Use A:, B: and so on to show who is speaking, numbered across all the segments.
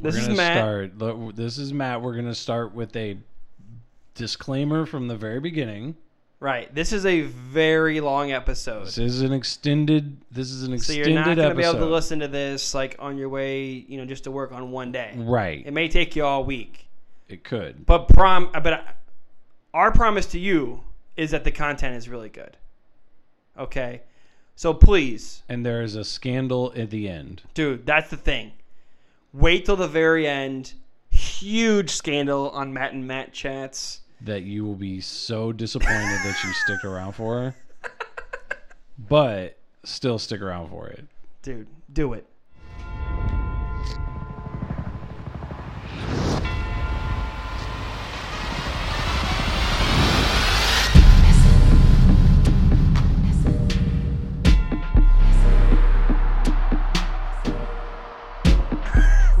A: This
B: we're
A: is
B: gonna
A: Matt.
B: Start, look, this is Matt. We're gonna start with a disclaimer from the very beginning.
A: Right. This is a very long episode.
B: This is an extended. This is an
A: So
B: extended
A: you're not going to be
B: episode.
A: able to listen to this like on your way, you know, just to work on one day.
B: Right.
A: It may take you all week.
B: It could.
A: But prom but I- our promise to you is that the content is really good. Okay. So please,
B: And there is a scandal at the end.
A: dude, that's the thing. Wait till the very end. Huge scandal on Matt and Matt chats.
B: that you will be so disappointed that you stick around for, but still stick around for it.
A: Dude, do it.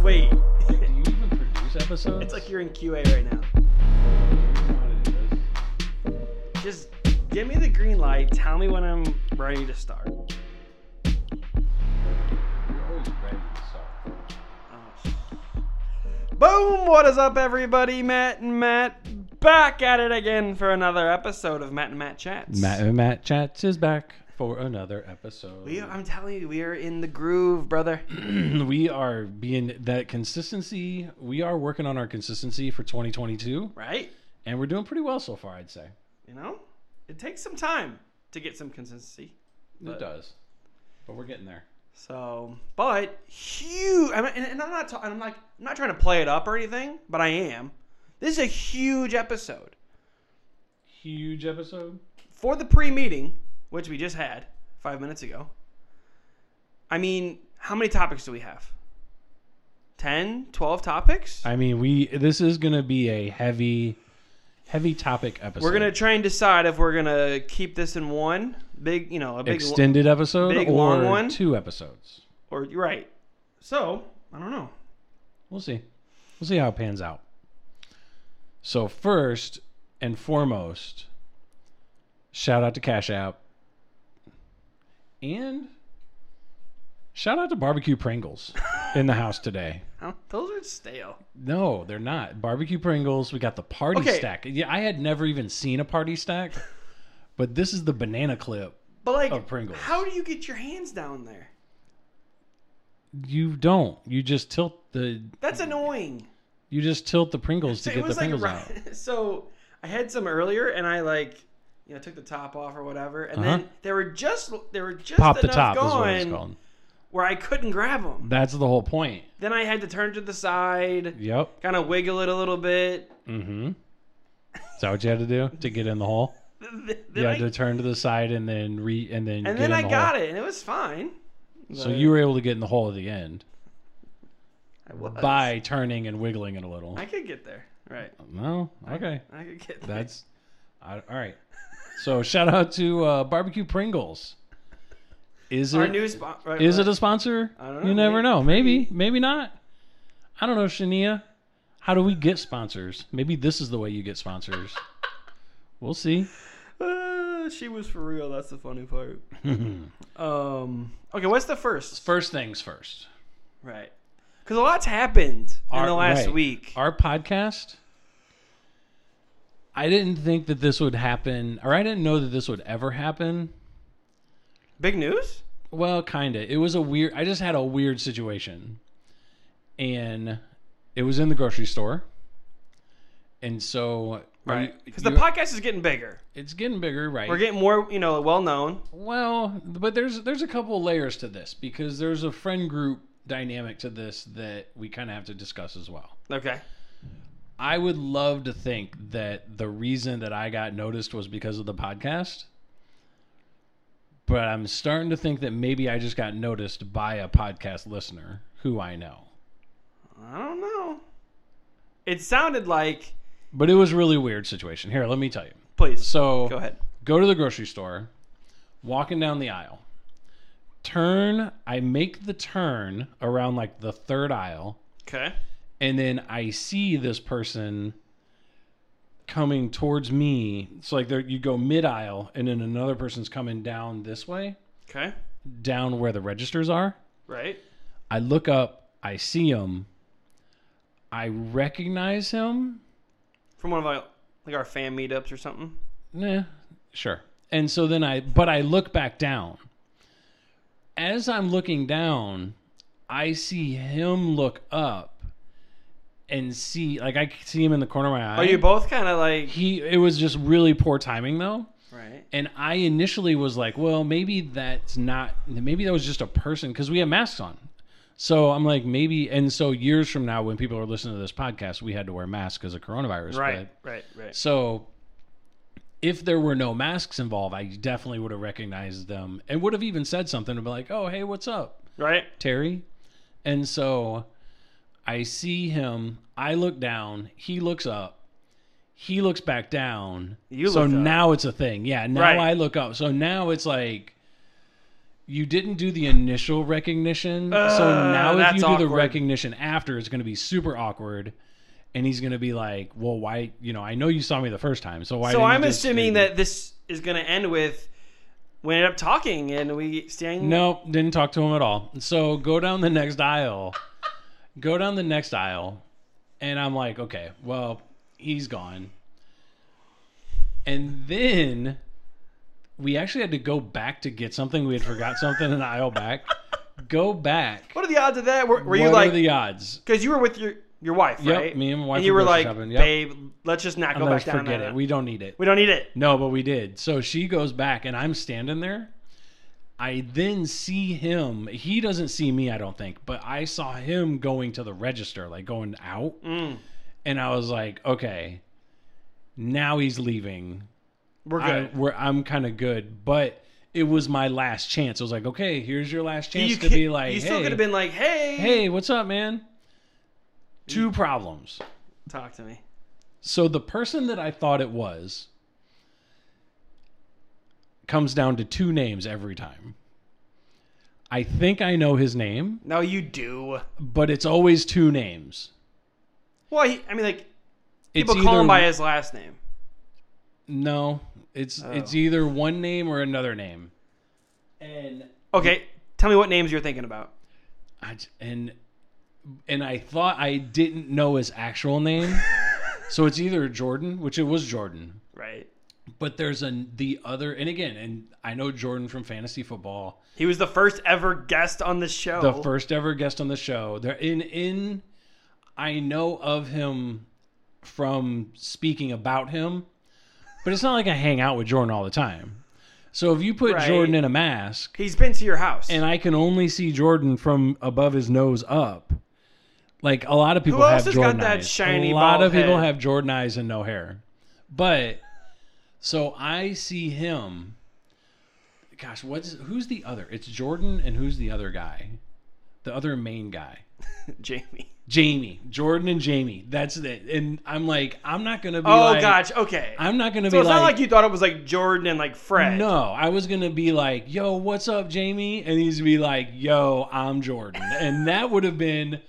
A: Wait.
B: Do you even produce episodes?
A: It's like you're in QA right now. Just give me the green light. Tell me when I'm ready to start. Oh, Boom! What is up, everybody? Matt and Matt back at it again for another episode of Matt and Matt Chats.
B: Matt and Matt chats is back for another episode.
A: We, I'm telling you, we are in the groove, brother.
B: we are being that consistency. We are working on our consistency for 2022,
A: Right?
B: and we're doing pretty well so far. I'd say
A: You know, it takes some time to get some consistency.
B: it does, but we're getting there.
A: So, but huge. I mean, and, and I'm not. Ta- I'm like. I'm not trying to play it up or anything, but I am. This is a huge episode
B: Huge episode.
A: for the pre-meeting, which we just had five minutes ago. I mean, how many topics do we have? 10, 12 topics?
B: I mean, we this is going to be a heavy, heavy topic episode.
A: We're gonna try and decide if we're gonna keep this in one big, you know, a big
B: extended episode
A: big,
B: or
A: long one?
B: two episodes.
A: or you're right. So I don't know.
B: We'll see. We'll see how it pans out. So first and foremost, shout out to Cash App, and shout out to Barbecue Pringles in the house today.
A: Huh? Those are stale.
B: No, they're not. Barbecue Pringles, we got the party
A: Okay.
B: stack. Yeah, I had never even seen a party stack, but this is the banana clip.
A: But like,
B: Of Oh, Pringles.
A: how do you get your hands down there?
B: You don't. You just tilt the
A: That's annoying.
B: you just tilt the Pringles to
A: So
B: get the Pringles
A: like,
B: out.
A: right- so I had some earlier, and I like, you know, took the top off or whatever, and
B: Uh-huh.
A: then they were just they were just
B: Pop the
A: enough
B: top is what it's
A: going
B: called.
A: where I couldn't grab them.
B: That's the whole point.
A: Then I had to turn to the side,
B: Yep.
A: kind of wiggle it a little bit.
B: Mm-hmm. Is that what you had to do to get in the hole?
A: Then
B: you
A: I,
B: had to turn to the side and then re and then
A: and
B: get
A: then
B: in
A: I
B: the
A: got
B: hole.
A: it, and it was fine.
B: So you were able to get in the hole at the end
A: I was.
B: by turning and wiggling it a little.
A: I could get there. Right.
B: No, okay,
A: I could get there.
B: that's I, all right. So shout out to uh, Barbecue Pringles. Is it
A: our new spot. Right,
B: Is
A: right.
B: it a sponsor?
A: I don't
B: You
A: know.
B: never
A: Maybe.
B: know. Maybe, maybe not. I don't know, Shania. How do we get sponsors? Maybe this is the way you get sponsors. we'll see.
A: Uh, she was for real. That's the funny part. um. Okay, what's the first?
B: First things first.
A: Right. Because a lot's happened in
B: Our-
A: the last
B: right.
A: week.
B: Our podcast. I didn't think that this would happen, or I didn't know that this would ever happen.
A: Big news?
B: Well, kind of. It was a weird. I just had a weird situation, and it was in the grocery store, and so are
A: Right.
B: you-
A: Because the
B: you-
A: podcast is getting bigger.
B: it's getting bigger, right?
A: We're getting more, you know, well known.
B: Well, but there's there's a couple layers to this because there's a friend group dynamic to this that we kind of have to discuss as well.
A: Okay.
B: I would love to think that the reason that I got noticed was because of the podcast. But I'm starting to think that maybe I just got noticed by a podcast listener who I know.
A: I don't know. It sounded like.
B: But it was really weird situation. Here, let me tell you.
A: Please.
B: So
A: go ahead.
B: go to the grocery store, walking down the aisle, turn. I make the turn around like the third aisle,
A: Okay.
B: and then I see this person coming towards me. So like there, you go mid aisle, and then another person's coming down this way,
A: Okay.
B: down where the registers are.
A: Right.
B: I look up, I see him, I recognize him.
A: From one of our like our fan meetups or something.
B: Nah, sure. And so then I, but I look back down. As I'm looking down, I see him look up and see, like, I can see him in the corner of my eye.
A: Are Oh, you both kind of like
B: He, it was just really poor timing though.
A: right?
B: And I initially was like, well, maybe that's not, maybe that was just a person because we had masks on. So I'm like, maybe. And so years from now, when people are listening to this podcast, we had to wear masks because of coronavirus.
A: Right,
B: but-
A: right, right.
B: so if there were no masks involved, I definitely would have recognized them and would have even said something to be like, "Oh, hey, what's up,
A: Right?
B: Terry?" And so I see him. I look down. He looks up. He looks back down.
A: You
B: so
A: looked up.
B: now it's a thing. Yeah. Now
A: Right.
B: I look up. So now it's like you didn't do the initial recognition. so
A: Ugh,
B: now if
A: Uh, that's
B: you do the
A: awkward.
B: recognition after, it's going to be super awkward. And he's going to be like, well, why? You know, I know you saw me the first time. So why?
A: So
B: didn't you
A: I'm
B: just-
A: assuming that this is going to end with we ended up talking and we staying.
B: Nope, didn't talk to him at all. So go down the next aisle. Go down the next aisle. And I'm like, okay, well, he's gone. And then we actually had to go back to get something. We had forgot something in the aisle back. Go back.
A: What are the odds of that? Were, were you
B: what
A: like
B: are the odds?
A: because you were with your your wife,
B: Yep,
A: right?
B: me and my wife
A: And you
B: were
A: were
B: grocery
A: like,
B: shopping, yep.
A: babe, let's just not go
B: Let's
A: back down.
B: forget
A: that-
B: it. We don't need it.
A: we don't need it.
B: No, but we did. So she goes back, and I'm standing there. I then see him. He doesn't see me, I don't think, but I saw him going to the register, like going out.
A: Mm,
B: And I was like, okay, now he's leaving.
A: we're
B: I,
A: good.
B: we're, I'm kind of good, but it was my last chance. I was like, okay, here's your last chance
A: you
B: to be
A: ca-
B: like,
A: you
B: hey,
A: still could have been like, hey,
B: hey, what's up, man? Two problems.
A: talk to me.
B: So the person that I thought it was comes down to two names every time. I think I know his name,
A: No, you do.
B: but it's always two names.
A: Well, he, I mean, like
B: It's
A: people call him by his last name.
B: No, it's it's
A: Oh.
B: either one name or another name. And
A: Okay, tell me what names you're thinking about.
B: I j- and and I thought I didn't know his actual name. so it's either Jordan, which it was Jordan,
A: Right.
B: but there's an the other and again, and I know Jordan from fantasy football.
A: He was the first ever guest on the show.
B: the first ever guest on the show. They're in in I know of him from speaking about him, but it's not like I hang out with Jordan all the time. So if you put
A: Right.
B: Jordan in a mask
A: He's been to your house.
B: and I can only see Jordan from above his nose up, like a lot of people
A: Who
B: have
A: else has got
B: Jordan
A: that
B: eyes.
A: shiny
B: a lot
A: bald
B: of people
A: head?
B: have Jordan eyes and no hair. But so I see him. Gosh, what's who's the other? It's Jordan and who's the other guy? The other main guy.
A: Jamie.
B: Jamie, Jordan and Jamie. That's it. And I'm like, I'm not gonna be.
A: Oh
B: like,
A: gosh. Okay.
B: I'm not gonna
A: so
B: be
A: it's
B: like.
A: not like you thought it was like Jordan and like Fred.
B: no, I was gonna be like, "Yo, what's up, Jamie?" And he's be like, "Yo, I'm Jordan," and that would have been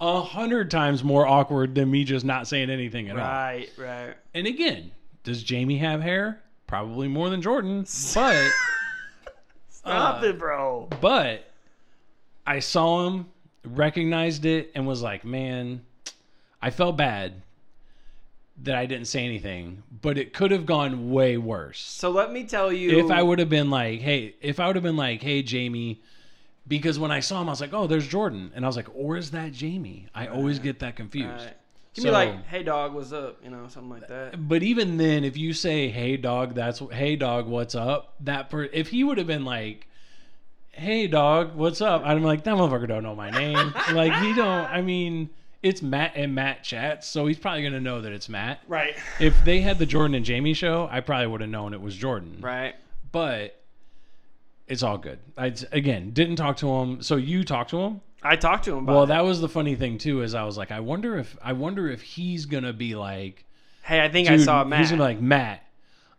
B: a hundred times more awkward than me just not saying anything at all.
A: Right. Right.
B: And again, does Jamie have hair? Probably more than Jordan, but
A: Stop it, bro.
B: but I saw him, recognized it, and was like, man, I felt bad that I didn't say anything, but it could have gone way worse.
A: So let me tell you.
B: If I would have been like, hey, if I would have been like, hey, Jamie, because when I saw him, I was like, oh, there's Jordan. And I was like, or is that Jamie? I always get that confused.
A: All right. Give
B: So-
A: me like, hey dog, what's up? You know, something like that.
B: But even then, if you say, "Hey dog, that's hey dog, what's up?" That per- if he would have been like, "Hey dog, what's up?" I'm like, that motherfucker don't know my name. like he don't. I mean, it's Matt and Matt chats, so he's probably gonna know that it's Matt.
A: Right.
B: If they had the Jordan and Jamie show, I probably would have known it was Jordan.
A: Right.
B: But it's all good. I again didn't talk to him. So you talked to him.
A: I talked to him about.
B: Well,
A: Well,
B: that was the funny thing too. Is I was like, I wonder if I wonder if he's gonna be like
A: hey, I think I
B: dude,
A: saw Matt.
B: He's gonna be like Matt.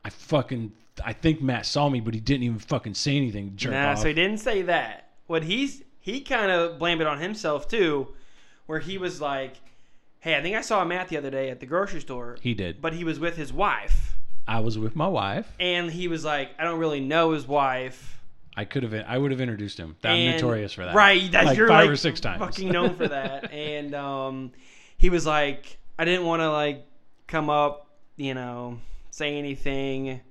B: I fucking I think Matt saw me, but he didn't even fucking say anything. Jerk
A: Nah,
B: off.
A: so he didn't say that. What he's he kind of blamed it on himself too, where he was like, "Hey, I think I saw Matt the other day at the grocery store,
B: He did.
A: but he was with his wife,
B: I was with my wife.
A: and he was like, I don't really know his wife."
B: I could have. I would have introduced him. I'm
A: and-
B: notorious for that.
A: Right, that
B: Like
A: you're
B: five
A: like
B: or six times.
A: fucking known for that. and um, he was like, I didn't want to like come up, you know, say anything,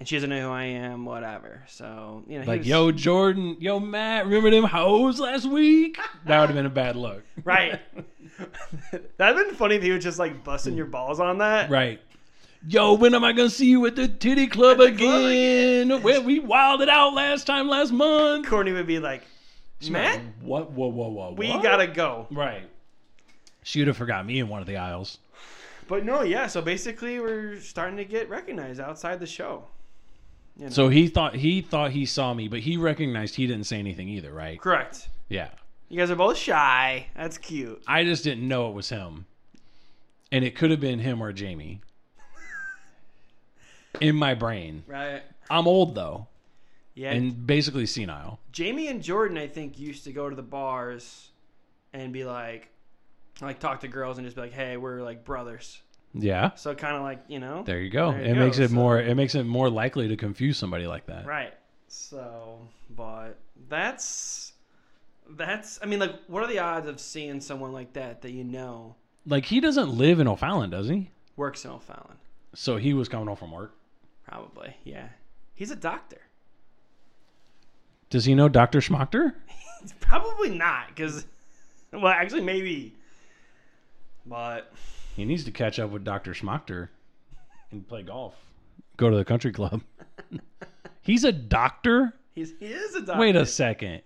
A: and she doesn't know who I am, whatever. So you know, he
B: Like,
A: was-
B: yo, Jordan, yo, Matt, remember them hoes last week? That would have been a bad look.
A: right. That'd been funny if he was just like busting your balls on that.
B: Right. Yo, when am I gonna see you at the titty club
A: club
B: again? Where we wilded out last time last month.
A: Courtney would be like, Matt,
B: What whoa whoa whoa
A: we
B: what?
A: gotta go.
B: Right. She would have forgot me in one of the aisles.
A: But no, yeah. So basically, we're starting to get recognized outside the show.
B: So he thought he thought he saw me, but he recognized he didn't say anything either, right?
A: Correct.
B: Yeah.
A: You guys are both shy. That's cute.
B: I just didn't know it was him. And it could have been him or Jamie. in my brain.
A: Right.
B: I'm old though.
A: Yeah.
B: And basically senile.
A: Jamie and Jordan, I think, used to go to the bars and be like, like talk to girls and just be like, "Hey, we're like brothers."
B: Yeah.
A: So kind of like you know,
B: There you go.
A: There you
B: it
A: go,
B: makes it
A: so-
B: more it makes it more likely to confuse somebody like that.
A: right? So, but that's that's. I mean, like, what are the odds of seeing someone like that that you know
B: Like he doesn't live in O'Fallon, does he?
A: works in O'Fallon?
B: So he was coming home from work.
A: Probably, yeah. He's a doctor.
B: Does he know Dr. Schmachter?
A: It's probably not because, well, actually, maybe. But
B: He needs to catch up with Dr. Schmachter and play golf. Go to the country club. He's a doctor?
A: he's he is a doctor.
B: Wait a second.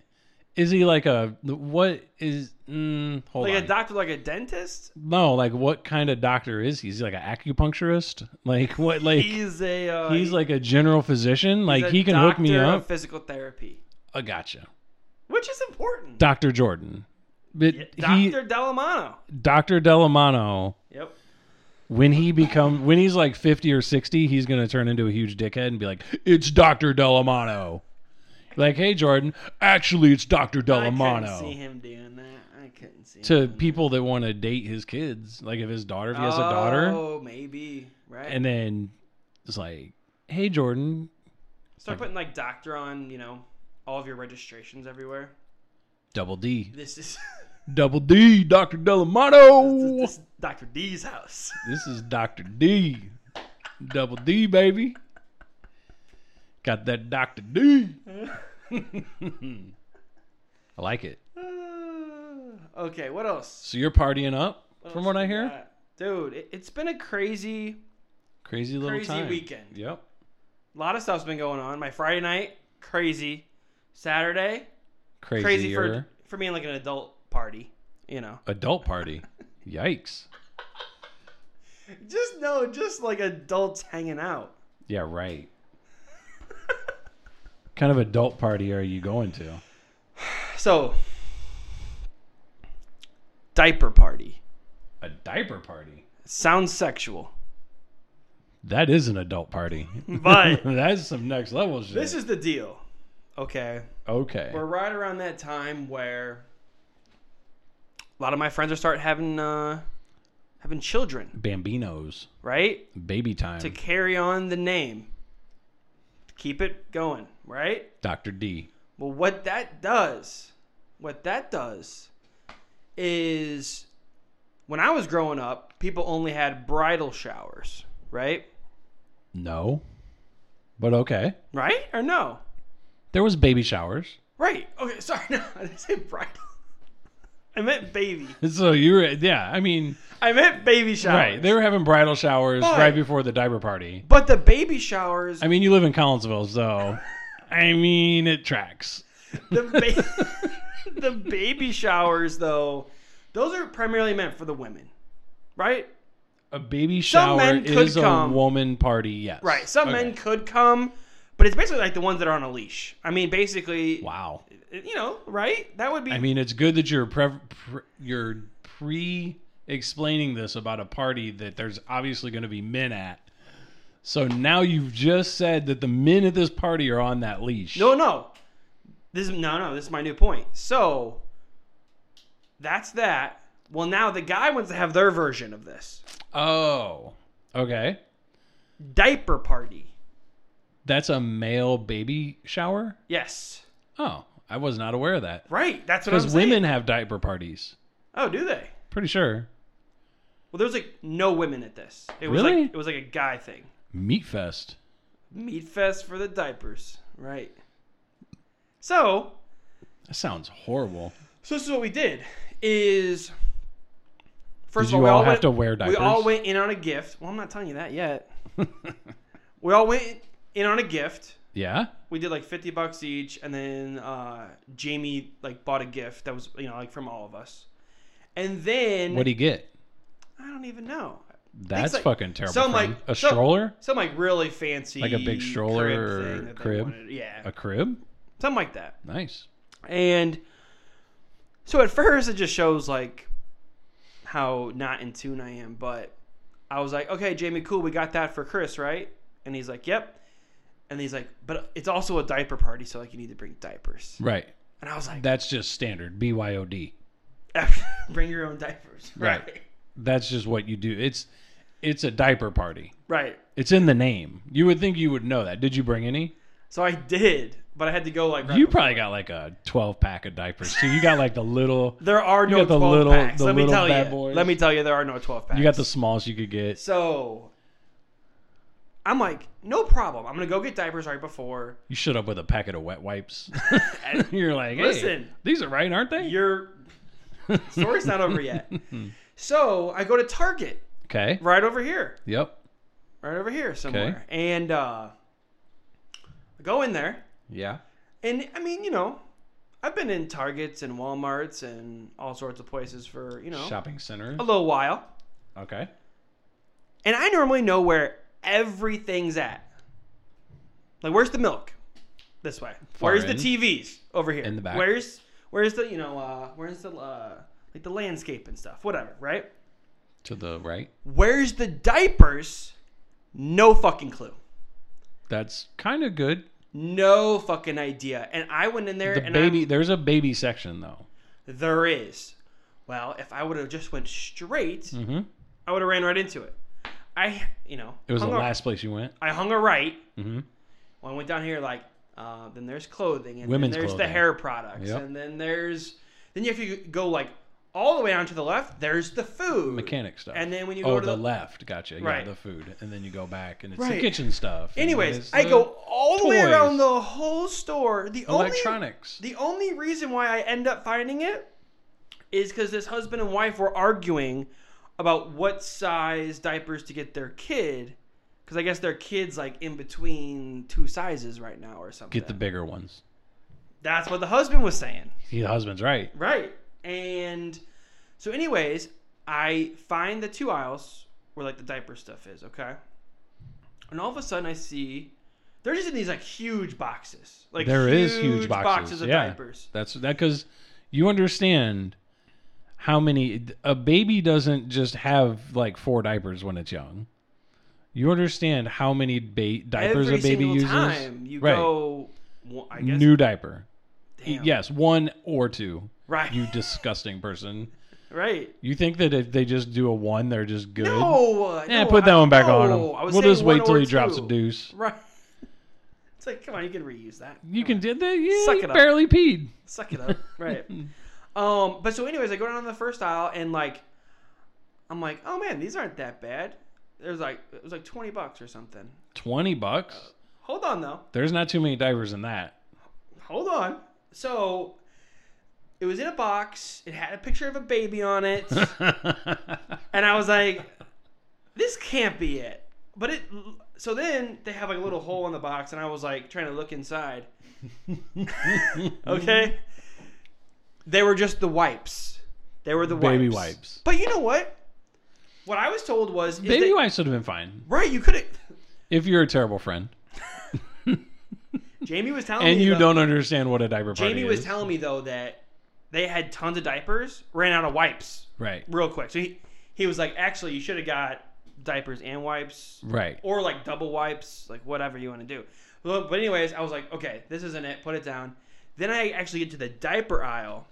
B: Is he like a what is mm, hold
A: like
B: on.
A: a doctor, like a dentist.
B: no, like what kind of doctor is he? Is he like an acupuncturist? Like what like
A: He's a uh,
B: he's like a general physician? Like
A: a
B: he can hook me
A: doctor
B: up.
A: Of physical therapy,
B: I gotcha.
A: which is important.
B: Dr. Jordan. But he
A: Doctor Delamano.
B: Dr. Delamano,
A: Yep.
B: when he become when he's like 50 or 60, he's going to turn into a huge dickhead and be like, "It's Dr. Delamano." Like, "Hey Jordan, actually it's Dr.
A: I couldn't see
B: Delamano."
A: him doing that. I couldn't see.
B: To
A: him.
B: people that want to date his kids, like if his daughter, if he has a daughter,
A: Oh, maybe right.
B: and then it's like, "Hey Jordan,
A: Start putting like doctor on, you know, all of your registrations everywhere.
B: Double D,
A: This is
B: Double D, Dr.
A: this,
B: Delamano."
A: this, is Dr. D's house.
B: This is Dr. D. Double D, baby. Got that Dr. D. I like it.
A: Uh, okay, what else?
B: So you're partying up,
A: What
B: from
A: else
B: what I
A: we
B: hear?
A: got? Dude, it, it's been a crazy.
B: Crazy little
A: Crazy
B: time.
A: weekend.
B: Yep.
A: A lot of stuff's been going on. My Friday night, crazy. Saturday,
B: Crazier
A: crazy for for being like an adult party, you know.
B: adult party. Yikes.
A: Just no, just like adults hanging out.
B: Yeah, right. kind of adult party are you going to?
A: So, diaper party
B: A diaper party.
A: sounds sexual,
B: That is an adult party.
A: but
B: That's some next level shit.
A: this is the deal. Okay,
B: okay.
A: we're right around that time where a lot of my friends are start having uh, having children,
B: Bambinos.
A: right?
B: Baby time.
A: To carry on the name, keep it going, right?
B: Dr. D.
A: Well, what that does, what that does is when I was growing up, people only had bridal showers, right?
B: No. But okay.
A: Right? Or no?
B: There was baby showers.
A: Right. Okay, sorry. No, I didn't say bridal. I meant baby.
B: So you were yeah, I mean
A: I meant baby showers.
B: right. They were having bridal showers
A: But-
B: right before the diaper party.
A: but the baby showers,
B: I mean you live in Collinsville, so I mean it tracks.
A: the, ba- the baby showers, though, those are primarily meant for the women, right?
B: A baby
A: Some
B: shower
A: men could
B: is a
A: come.
B: woman party, yes.
A: Right. Some
B: Okay.
A: men could come, but it's basically like the ones that are on a leash. I mean, basically,
B: Wow.
A: you know, right? That would be
B: I mean it's good that you're pre- pre- you're pre explaining this about a party that there's obviously going to be men at. So now you've just said that the men at this party are on that leash.
A: no, no. This is no, no. This is my new point. So that's that. Well, now the guy wants to have their version of this
B: Oh. Okay.
A: diaper party.
B: That's a male baby shower?
A: Yes,
B: Oh, I was not aware of that.
A: right. That's what I'm
B: Because
A: saying.
B: women have diaper parties.
A: Oh, do they?
B: Pretty sure.
A: Well, there was like no women at this. It was
B: Really?
A: like it was like a guy thing.
B: Meat Fest.
A: Meat fest for the diapers, right? So,
B: That sounds horrible.
A: so this is what we did. Is first
B: Did
A: of all,
B: you
A: we
B: all
A: all
B: have
A: went,
B: to wear
A: We all
B: diapers?
A: went in on a gift. Well, I'm not telling you that yet. we all went in on a gift.
B: yeah.
A: we did like 50 bucks each and then uh, jamie like bought a gift that was you know like from all of us and then
B: What do you get?
A: i don't even know
B: That's
A: like-
B: fucking terrible.
A: some,
B: friend.
A: like-
B: a
A: some-
B: stroller,
A: some like really fancy
B: Like a big stroller or
A: that they
B: crib?
A: wanted. yeah
B: a crib.
A: something like that
B: Nice.
A: and so at first it just shows like how not in tune i am but i was like okay jamie cool we got that for chris right and he's like yep and he's like but it's also a diaper party so like you need to bring diapers
B: Right.
A: and i was like
B: That's just standard BYOD.
A: bring your own diapers.
B: Right. That's just what you do. It's it's a diaper party.
A: Right.
B: It's in the name. You would think you would know that. Did you bring any?
A: So I did, but I had to go like right
B: You
A: before-
B: probably got like a 12 pack of diapers too. You got like the little
A: there are no
B: got the
A: 12
B: little-
A: packs.
B: the
A: Let me
B: little
A: tell
B: bad
A: you.
B: boys.
A: Let me tell you there are no 12 packs.
B: you got the smallest you could get.
A: So I'm like, no problem. I'm going to go get diapers right before.
B: You showed up with a packet of wet wipes. You're like, hey,
A: Listen.
B: these are right, aren't they?
A: Your story's not over yet. So I go to Target
B: Okay.
A: right over here.
B: Yep.
A: Right over here somewhere. And uh I go in there.
B: Yeah.
A: And I mean, you know, I've been in Targets and Walmarts and all sorts of places for, you know,
B: Shopping center.
A: a little while.
B: Okay.
A: And I normally know where everything's at. Like, where's the milk? This way.
B: Far
A: where's
B: in.
A: the TVs? Over here.
B: In the back.
A: Where's where's the you know uh, where's the uh, like the landscape and stuff? Whatever, right?
B: To the right.
A: Where's the diapers? No fucking clue.
B: That's kind of good.
A: No fucking idea. And I went in there
B: The
A: and
B: baby, there's a baby section though.
A: I'm, there is. Well, if I would have just went straight,
B: Mm-hmm.
A: I would have ran right into it. I, you know,
B: It was the
A: hung a-
B: last place you went.
A: I hung a right.
B: Mm-hmm.
A: Well, I went down here like uh, then there's clothing and
B: Women's
A: then there's
B: clothing.
A: the hair products
B: Yep.
A: and then there's then if you go like all the way down to the left there's the food
B: Mechanic stuff.
A: and then when you go
B: oh,
A: to
B: the,
A: the,
B: left. Gotcha.
A: Right.
B: Yeah, the food, and then you go back, and it's the
A: Right.
B: kitchen stuff. and then
A: anyways
B: it's
A: I
B: the
A: go all the way
B: toys.
A: around the whole store the only
B: electronics.
A: the only reason why I end up finding it is because this husband and wife were arguing about what size diapers to get their kid because I guess their kid's like in between two sizes right now or something
B: Get the bigger ones.
A: that's what the husband was saying
B: See, the husband's right.
A: Right. And so, anyways, I find the two aisles where like the diaper stuff is, okay? And all of a sudden, I see they're just in these like huge boxes. Like
B: There is huge boxes,
A: of
B: yeah.
A: diapers.
B: That's that because you understand how many a baby doesn't just have like four diapers when it's young. You understand how many ba- diapers
A: Every
B: a baby
A: single
B: uses.
A: time you
B: right.
A: go, well, I guess.
B: New diaper.
A: Damn.
B: Yes, one or two.
A: Right.
B: You disgusting person.
A: right.
B: You think that if they just do a one, they're just good?
A: No.
B: Yeah,
A: no,
B: put
A: I-
B: that one back on him.
A: no, I was
B: We'll
A: saying
B: just wait
A: one
B: till
A: or
B: he drops a
A: two.
B: deuce.
A: Right. It's like, come on, you can reuse that.
B: You
A: Come on.
B: can did that. Yeah,
A: Suck
B: you
A: it up.
B: barely peed.
A: Suck it up. Right. um, but so anyways, I go down to the first aisle and like I'm like, oh man, these aren't that bad. There's like it was like twenty bucks or something.
B: Twenty bucks.
A: Hold on though.
B: There's not too many divers in that.
A: Hold on. So it was in a box, it had a picture of a baby on it, and I was like, This can't be it. But it so then they have like a little hole in the box and I was like trying to look inside. Okay? They were just the wipes. They were the
B: Baby
A: wipes.
B: wipes.
A: But you know what? What I was told was is
B: Baby
A: that-
B: wipes would have been fine
A: Right, you could have.
B: if you're a terrible friend
A: Jamie was telling
B: and
A: me
B: you
A: though-
B: don't understand what a diaper party
A: uh, Jamie was
B: is.
A: telling me though that they had tons of diapers, ran out of wipes
B: right,
A: real quick. So he he was like, actually, you should have got diapers and wipes,
B: right.
A: or like double wipes, like whatever you want to do. Well, But anyways, I was like, okay, this isn't it. Put it down. Then I actually get to the diaper aisle.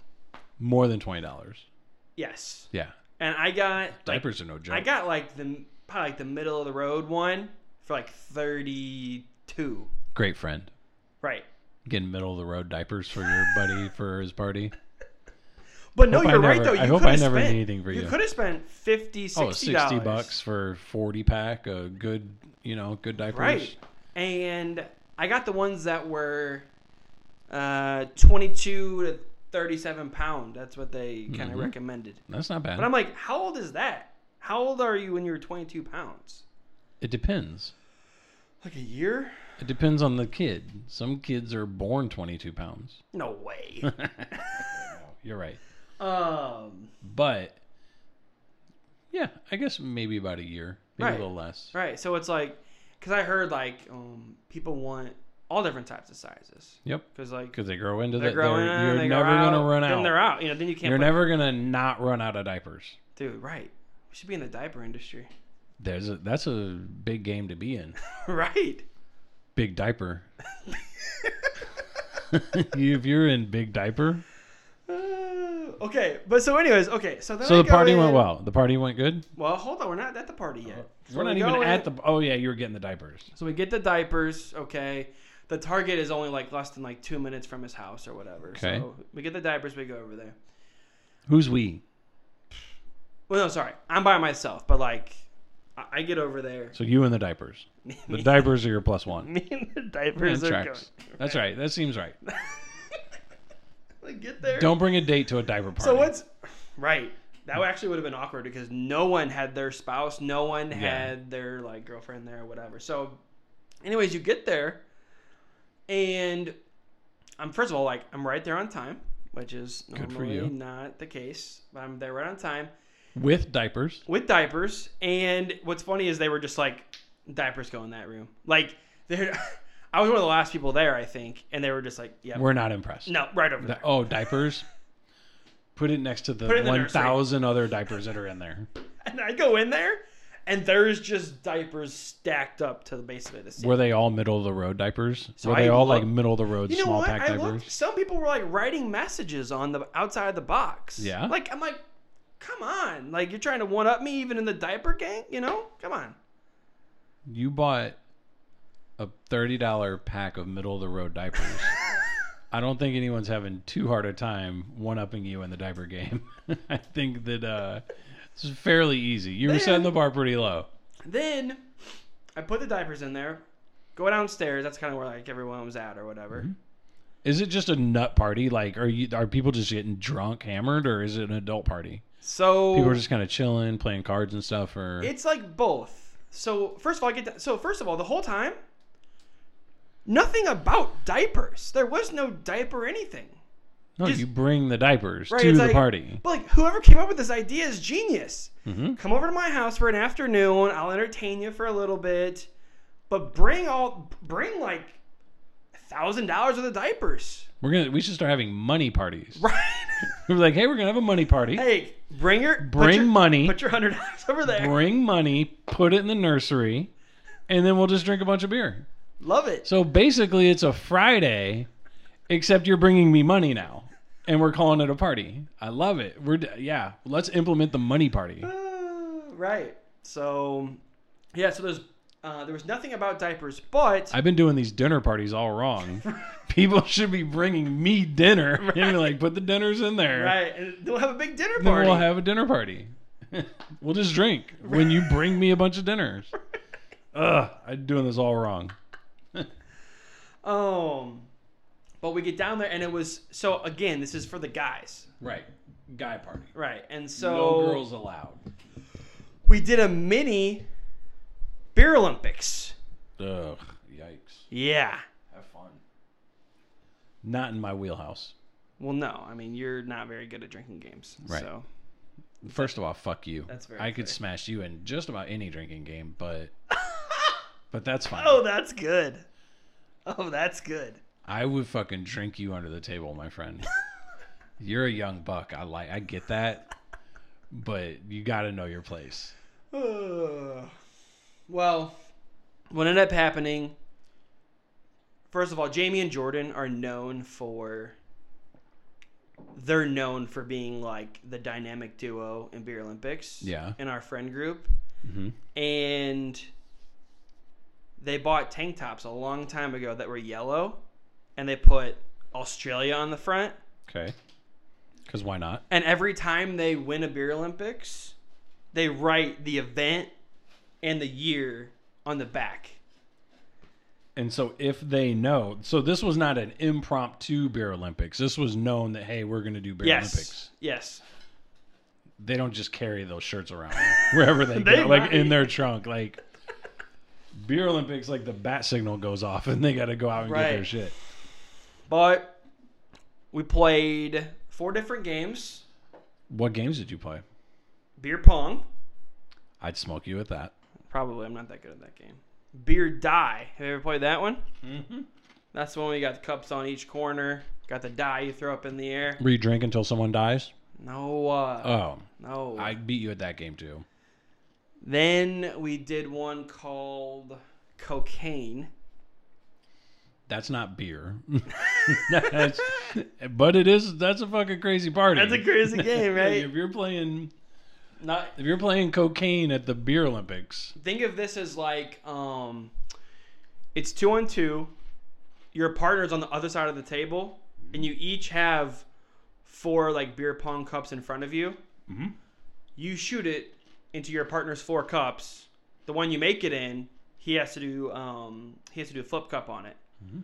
B: More than twenty dollars.
A: Yes,
B: Yeah,
A: and I got like,
B: diapers are no joke.
A: I got like the probably like the middle of the road one for like thirty two.
B: Great friend.
A: Right.
B: Getting middle of the road diapers for your buddy for his party.
A: But no,
B: Hope I
A: you're right
B: never-
A: though. You
B: I hope
A: could
B: I
A: have
B: never
A: spent,
B: need anything for you.
A: could have spent 50
B: Oh,
A: 60
B: 60
A: dollars.
B: bucks for 40 pack, a good, you know, good diapers.
A: Right. And I got the ones that were uh, 22 to 37 pound. That's what they kind of
B: Mhm.
A: recommended.
B: That's not bad.
A: But I'm like, how old is that? How old are you when you were 22 pounds?
B: it depends.
A: Like a year?
B: It depends on the kid. Some kids are born 22 pounds.
A: No way.
B: You're right.
A: um,
B: But yeah, I guess maybe about a year, maybe
A: Right.
B: a little less.
A: right. So it's like, because I heard like um, people want all different types of sizes.
B: Yep.
A: Because like
B: Because they grow into
A: they're
B: that.
A: growing,
B: they're-
A: and
B: you're
A: they grow
B: never gonna run
A: Then
B: out.
A: they're out. You know, then you can't.
B: You're
A: put-
B: never gonna not run out of diapers.
A: dude. Right. We should be in the diaper industry.
B: There's a, that's a big game to be in.
A: right.
B: Big diaper. You- if you're in big diaper,
A: Uh, okay, but so anyways, okay, so then
B: so
A: I
B: the
A: go
B: party went
A: in-
B: well. The party went good.
A: Well, hold on, we're not at the party yet. So
B: We're not
A: we
B: even
A: go in-
B: at the. Oh yeah, you were getting the diapers.
A: So we get the diapers, okay. The target is only like less than like two minutes from his house or whatever.
B: Okay.
A: So we get the diapers, we go over there.
B: Who's we?
A: Well, no, sorry, I'm by myself, but like I, I get over there.
B: So you and the diapers. The diapers are your plus one.
A: Me and the
B: That
A: diapers are going.
B: tracks. That's right. That seems right.
A: We get there.
B: Don't bring a date to a diaper party.
A: So what's right? That would actually would have been awkward because no one had their spouse, no one had their like girlfriend there or whatever. So, anyways, you get there, and I'm first of all like I'm right there on time, which is
B: Good for
A: normally
B: you.
A: not the case. But I'm there right on time
B: with diapers?
A: with diapers. And what's funny is they were just like diapers go in that room. Like they I was one of the last people there, I think, and they were just like, yeah,
B: We're not impressed.
A: no, right over
B: Di-
A: there.
B: oh, diapers. Put it next to the
A: Put it in the
B: one
A: nursery.
B: thousand other diapers that are in there.
A: And I go in there, and there's just diapers stacked up to the basically the ceiling.
B: Were they all middle of the road diapers?
A: So
B: Were they
A: I
B: all
A: look-
B: like middle of the road
A: You know
B: small
A: what?
B: pack
A: I
B: diapers?
A: looked. Some people were like writing messages on the outside of the box.
B: Yeah?
A: Like I'm like, come on! Like you're trying to one up me even in the diaper gang. You know? Come on.
B: You bought a thirty dollar pack of middle of the road diapers. I don't think anyone's having too hard a time one upping you in the diaper game. I think that uh, this is fairly easy. You were setting the bar pretty low.
A: Then I put the diapers in there. Go downstairs. That's kind of where like everyone was at or whatever.
B: Mm-hmm. Is it just a nut party? Like, are you are people just getting drunk, hammered, or is it an adult party?
A: So
B: People are just kind of chilling, playing cards and stuff, or
A: It's like both. So first of all, I get that. So first of all, the whole time, nothing about diapers. There was no diaper anything.
B: no,
A: just-
B: you bring the diapers
A: Right,
B: to
A: it's
B: the
A: like-
B: party.
A: But like, whoever came up with this idea is genius.
B: Mhm.
A: Come over to my house for an afternoon. I'll entertain you for a little bit, but bring all bring like a thousand dollars worth of diapers.
B: We're gonna we should start having money parties.
A: Right.
B: We're like, hey, we're gonna have a money party.
A: hey, bring your put
B: bring
A: your-
B: money.
A: Put your hundred dollars over there.
B: bring money, put it in the nursery, and then we'll just drink a bunch of beer.
A: Love it.
B: So basically, it's a Friday, except you're bringing me money now, and we're calling it a party. I love it. We're d- yeah, let's implement the money party.
A: Uh, right. So, yeah. So there's uh, there was nothing about diapers, but
B: I've been doing these dinner parties all wrong. People should be bringing me dinner and be like, put the dinners in there.
A: right, and they'll have a big dinner
B: Then
A: party.
B: we'll have a dinner party. we'll just drink when you bring me a bunch of dinners. Ugh, I'm doing this all wrong.
A: um, but we get down there, and it was so again. This is for the guys,
B: Right. Guy party.
A: right? And so
B: allowed.
A: we did a mini beer Olympics.
B: Ugh, yikes.
A: Yeah.
B: Have fun. Not in my wheelhouse.
A: Well, no, I mean you're not very good at drinking games,
B: Right.
A: so
B: First of all, fuck you.
A: That's very
B: I could
A: fair.
B: smash you in just about any drinking game, but but that's fine.
A: oh, that's good. Oh, that's good.
B: I would fucking drink you under the table, my friend. You're a young buck. I like I get that. But you got to know your place.
A: Ugh. well, what ended up happening? First of all, Jamie and Jordan are known for. They're known for being like the dynamic duo in Beer Olympics.
B: Yeah.
A: In our friend group,
B: Mhm.
A: and they bought tank tops a long time ago that were yellow, and they put Australia on the front,
B: Okay. Because why not?
A: And every time they win a beer Olympics, they write the event and the year on the back.
B: And so if they know, so this was not an impromptu beer Olympics. This was known that hey, we're going to do beer
A: yes.
B: Olympics.
A: Yes.
B: They don't just carry those shirts around wherever they,
A: They
B: go, like
A: might.
B: in their trunk, like. Beer Olympics, like the bat signal goes off, and they got to go out and get their
A: Right.
B: shit.
A: But we played four different games
B: What games did you play?
A: beer pong.
B: I'd smoke you at that.
A: Probably, I'm not that good at that game. Beer die. Have you ever played that one?
B: Mm-hmm.
A: That's the one we got the cups on each corner. Got the die you throw up in the air.
B: Where you drink until someone dies?
A: No, uh,
B: Oh,
A: no.
B: I beat you at that game too.
A: Then we did one called cocaine.
B: That's not beer. That's- but it is. That's a fucking crazy party.
A: That's a crazy game,
B: Like,
A: right?
B: if you're playing,
A: Not
B: if you're playing cocaine at the beer Olympics,
A: think of this as like um, it's two on two. Your partner's on the other side of the table, and you each have four like beer pong cups in front of you.
B: Mhm.
A: You shoot it into your partner's four cups. The one you make it in, he has to do um, he has to do a flip cup on it,
B: Mhm.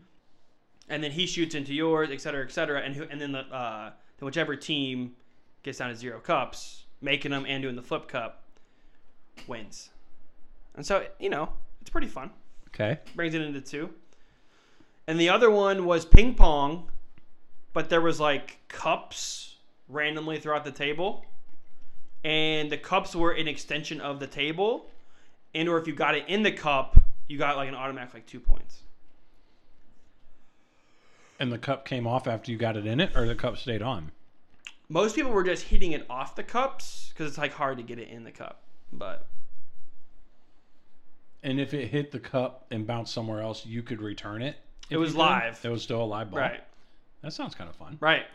A: and then he shoots into yours, et cetera, et cetera. And who, and then the uh, then whichever team gets down to zero cups, making them and doing the flip cup, wins. And so, you know, it's pretty fun.
B: okay,
A: Brings it into two. And the other one was ping pong, but there was like cups randomly throughout the table. And the cups were an extension of the table. And or if you got it in the cup, you got like an automatic like two points.
B: and the cup came off after you got it in it, or the cup stayed on.
A: Most people were just hitting it off the cups because it's like hard to get it in the cup. But
B: And if it hit the cup and bounced somewhere else, you could return it. if
A: It was
B: you could.
A: live.
B: It was still a live ball.
A: right,
B: That sounds kind of fun.
A: right.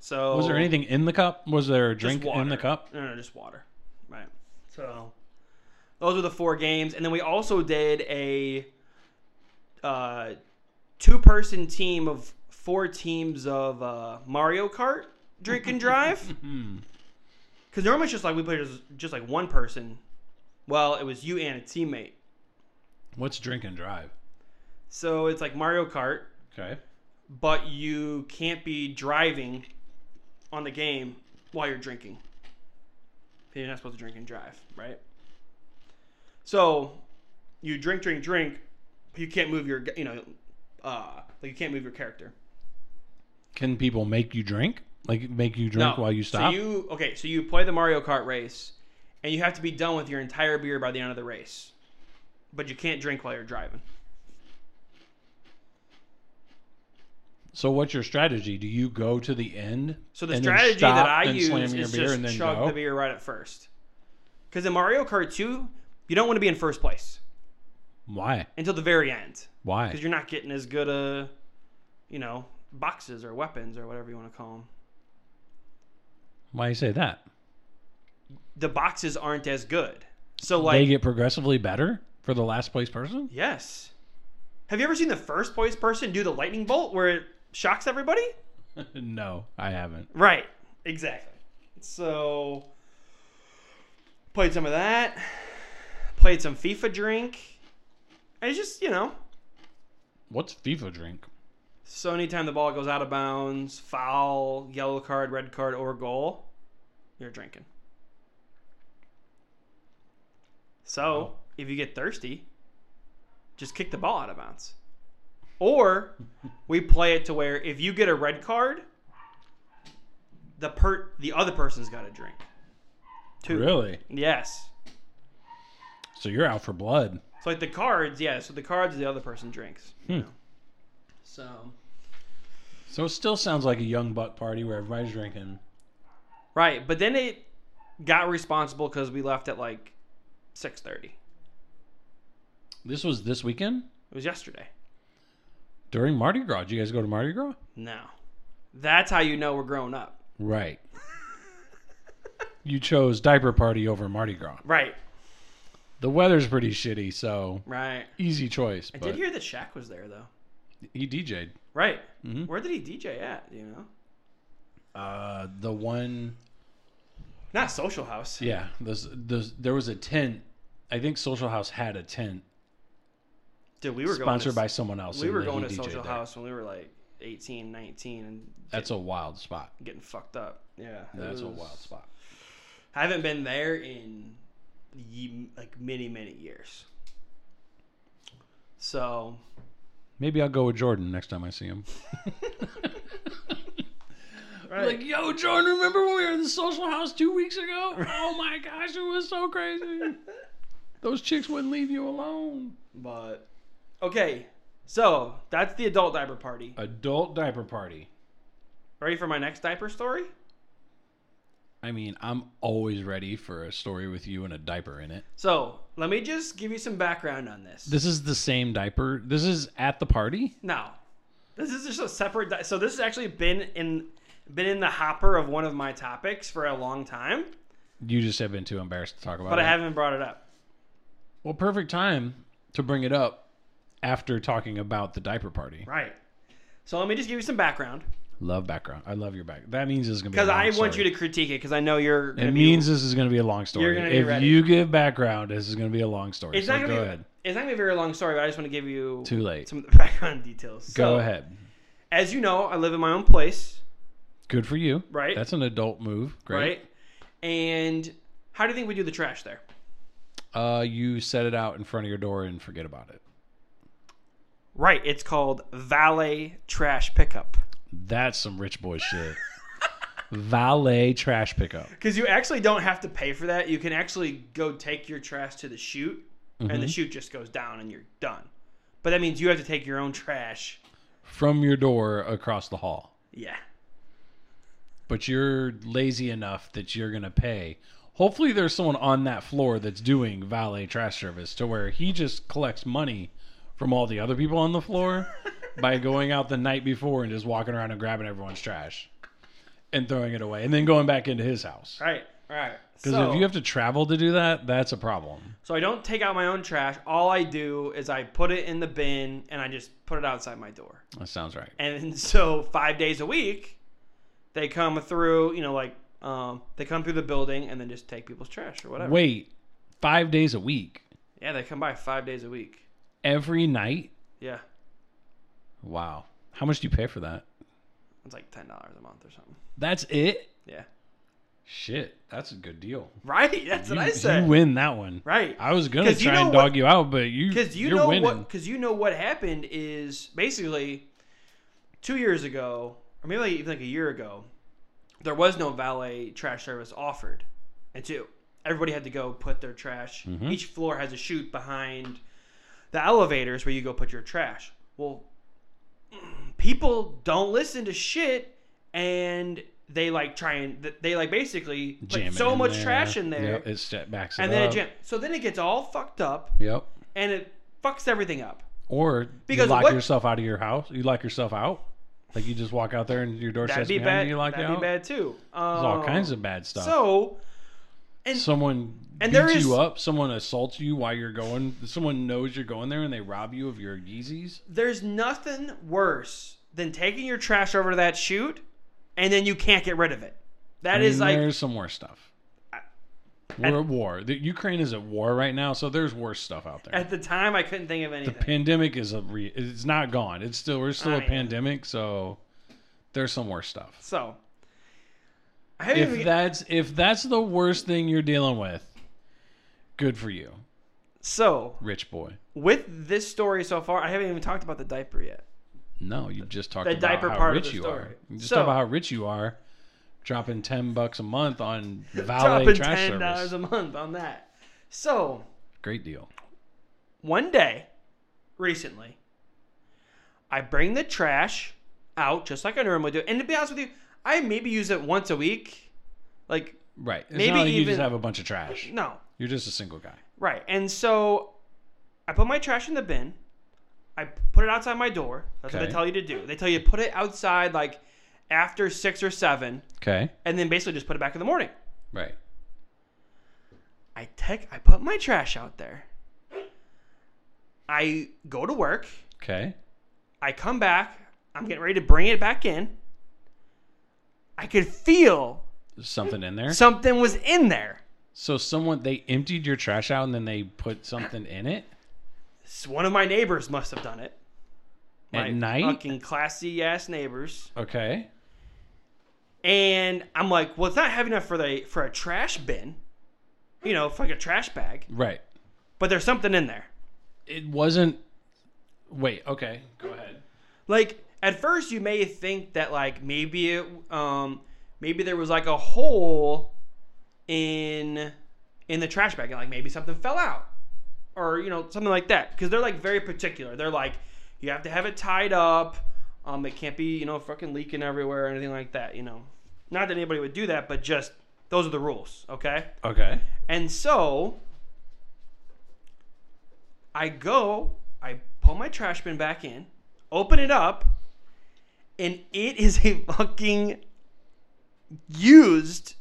A: So
B: Was there anything in the cup? Was there a
A: Just
B: drink in the
A: water.
B: cup?
A: No, no, just water. Right. So those were the four games, and then we also did a uh, two-person team of four teams of uh, Mario Kart drink and drive.
B: Hmm.
A: Because normally it's just like we played as just like one person. Well, it was you and a teammate.
B: What's drink and drive?
A: So it's like Mario Kart,
B: Okay.
A: but you can't be driving on the game while you're drinking. You're not supposed to drink and drive, right? So you drink, drink, drink. but You can't move your, you know, uh, like you can't move your character.
B: Can people make you drink? Like make you drink
A: No.
B: while you stop?
A: So you okay? So you play the Mario Kart race, and you have to be done with your entire beer by the end of the race, but you can't drink while you're driving.
B: so what's your strategy? Do you go to the end?
A: So the
B: and then
A: strategy
B: stop,
A: that I
B: then
A: use
B: slam
A: is
B: your
A: just
B: beer and then
A: chug
B: go?
A: the beer right at first. Because in Mario Kart 2, you don't want to be in first place
B: Why?
A: until the very end because
B: Why?
A: you're not getting as good a, you know, boxes or weapons or whatever you want to call them.
B: Why you say that?
A: The boxes aren't as good. So like,
B: they get progressively better for the last place person?
A: yes. Have you ever seen the first place person do the lightning bolt where it shocks everybody?
B: no, I haven't.
A: Right. Exactly. So played some of that. Played some FIFA drink. And it's just, you know,
B: What's FIFA drink?
A: so anytime the ball goes out of bounds, foul, yellow card, red card, or goal, you're drinking. So
B: Wow.
A: if you get thirsty, just kick the ball out of bounds. Or we play it to where if you get a red card, the per the other person's got to drink. Two.
B: Really?
A: Yes.
B: So you're out for blood.
A: So like the cards, yeah. So the cards, the other person drinks.
B: Hmm.
A: So
B: So it still sounds like a young buck party where everybody's drinking.
A: right, but then it got responsible because we left at like six thirty.
B: This was this weekend
A: It was yesterday.
B: during Mardi Gras. Did you guys go to Mardi Gras?
A: No, that's how you know we're grown up.
B: Right. you chose diaper party over Mardi Gras.
A: Right,
B: The weather's pretty shitty, so
A: right.
B: easy choice.
A: I
B: But
A: did hear that Shaq was there though.
B: he DJ'd.
A: Right.
B: Mhm.
A: Where did he DJ at? do You know.
B: Uh, the one,
A: Not Social House.
B: yeah, those, those, there was a tent. I think Social House had a tent
A: Dude, we were
B: sponsored by
A: going
B: someone else.
A: to, we
B: and
A: were
B: then
A: going
B: he
A: to
B: DJ'd
A: Social
B: there.
A: House when we were like 18, 19 and
B: That's a wild spot.
A: getting fucked up. Yeah. it
B: That's a
A: was-
B: wild spot.
A: I haven't been there in ye- like many, many years. So
B: Maybe I'll go with Jordan next time I see him. Like, yo, Jordan, remember when we were in the social house two weeks ago? Oh my gosh, it was so crazy. Those chicks wouldn't leave you alone.
A: but okay. So that's the adult diaper party.
B: Adult diaper party.
A: Ready for my next diaper story?
B: I mean, I'm always ready for a story with you and a diaper in it.
A: So let me just give you some background on this.
B: This is the same diaper. This is at the party.
A: No, this is just a separate. Di- so this has actually been in been in the hopper of one of my topics for a long time,
B: You just have been too embarrassed to talk about
A: but
B: it.
A: I haven't brought it up.
B: Well, perfect time to bring it up after talking about the diaper party.
A: Right. So let me just give you some background
B: Love background. I love your back. That means it's gonna be
A: because I want you to critique it because I know you're.
B: It
A: gonna be-
B: means this is gonna be a long story.
A: You're gonna be
B: if
A: ready.
B: you give background, this is gonna be a long story.
A: it's
B: so
A: not gonna
B: go
A: be.
B: ahead.
A: It's not gonna be a very long story, but I just want to give you
B: Too late.
A: some of the background details.
B: Go
A: So,
B: ahead.
A: As you know, I live in my own place,
B: Good for you.
A: Right.
B: That's an adult move. Great.
A: right? And how do you think we do the trash there?
B: Uh, you set it out in front of your door and forget about it.
A: Right. It's called valet trash pickup.
B: That's some rich boy shit. Valet trash pickup.
A: Because you actually don't have to pay for that. You can actually go take your trash to the chute, and the chute just goes down, and you're done. But that means you have to take your own trash.
B: from your door across the hall.
A: Yeah.
B: But you're lazy enough that you're going to pay. Hopefully, there's someone on that floor that's doing valet trash service to where he just collects money from all the other people on the floor by going out the night before and just walking around and grabbing everyone's trash and throwing it away and then going back into his house.
A: Right. Right.
B: Because
A: So,
B: if you have to travel to do that, that's a problem.
A: so I don't take out my own trash. All I do is I put it in the bin, and I just put it outside my door.
B: That sounds right.
A: And so five days a week, they come through. You know, like um, they come through the building and then just take people's trash or whatever.
B: Wait, five days a week,
A: Yeah, they come by five days a week.
B: every night?
A: Yeah,
B: Wow. How much do you pay for that?
A: it's like ten dollars a month or something.
B: That's it?
A: Yeah.
B: Shit, that's a good deal.
A: Right. That's
B: you,
A: what I said.
B: You win that one.
A: Right.
B: I was gonna
A: 'Cause you
B: try and
A: know what-
B: dog you out, but you
A: Because you
B: you're
A: know
B: winning.
A: what? Because you know what happened is basically two years ago, or maybe like even like a year ago, there was no valet trash service offered, and two, everybody had to go put their trash.
B: Mm-hmm.
A: Each floor has a chute behind the elevators where you go put your trash. Well, people don't listen to shit, and they like try and they like basically
B: Jam
A: like
B: it
A: so
B: in
A: much
B: there.
A: trash in there,
B: Yep, it step backs it
A: and then
B: up.
A: it jam- so then it gets all fucked up
B: Yep.
A: and it fucks everything up.
B: Or
A: Because
B: you lock
A: what-
B: yourself out of your house. You lock yourself out. Like you just walk out there and your door
A: That'd
B: shuts
A: be
B: behind
A: bad.
B: you. You lock
A: That'd
B: out.
A: be bad too. Um,
B: There's all kinds of bad stuff.
A: So
B: someone
A: and
B: beats
A: there is-
B: you up. Someone assaults you while you're going. Someone knows you're going there and they rob you of your Yeezys.
A: there's nothing worse than taking your trash over to that chute, and then you can't get rid of it. That
B: I mean,
A: is like
B: there's some worse stuff. We're at war. The Ukraine is at war right now, so there's worse stuff out there.
A: at the time I couldn't think of anything.
B: pandemic is a re- it's not gone. It's still we're still
A: I
B: a
A: mean-
B: pandemic, so there's some worse stuff.
A: so I haven't even,
B: If that's if that's the worst thing you're dealing with, good for you,
A: so
B: rich boy.
A: with this story so far, I haven't even talked about the diaper yet.
B: No, you just talked
A: The
B: about
A: diaper
B: how
A: part of
B: rich
A: the
B: you
A: story.
B: are. You just
A: So-
B: talk about how rich you are, dropping ten bucks a month on valet
A: Dropping
B: trash
A: ten dollars
B: service.
A: a month on that. So
B: Great deal.
A: one day recently i bring the trash out just like i normally do and to be honest with you i maybe use it once a week like
B: Right. It's
A: Maybe
B: not like you just
A: even-
B: have a bunch of trash.
A: no
B: You're just a single guy.
A: right and so i put my trash in the bin i put it outside my door that's what
B: Okay.
A: they tell you to do they tell you to put it outside like after six or seven
B: Okay.
A: and then basically just put it back in the morning
B: Right.
A: I take I put my trash out there. I go to work.
B: Okay.
A: I come back. I'm getting ready to bring it back in. I could feel
B: something in there.
A: something was in there.
B: So someone they emptied your trash out and then they put something in it.
A: S- One of my neighbors must have done it.
B: At
A: My
B: night?
A: Fucking classy ass neighbors.
B: Okay.
A: And I'm like, well, it's not heavy enough for the for a trash bin, you know, for like a trash bag.
B: Right.
A: But there's something in there.
B: It wasn't. Wait. Okay. Go ahead.
A: Like at first, you may think that like maybe it, um, maybe there was like a hole in in the trash bag, and like maybe something fell out, or you know something like that. Because they're like very particular. They're like you have to have it tied up. Um, it can't be you know fucking leaking everywhere or anything like that. You know, not that anybody would do that, but just those are the rules. Okay.
B: Okay.
A: And so I go, I pull my trash bin back in, open it up, and it is a fucking used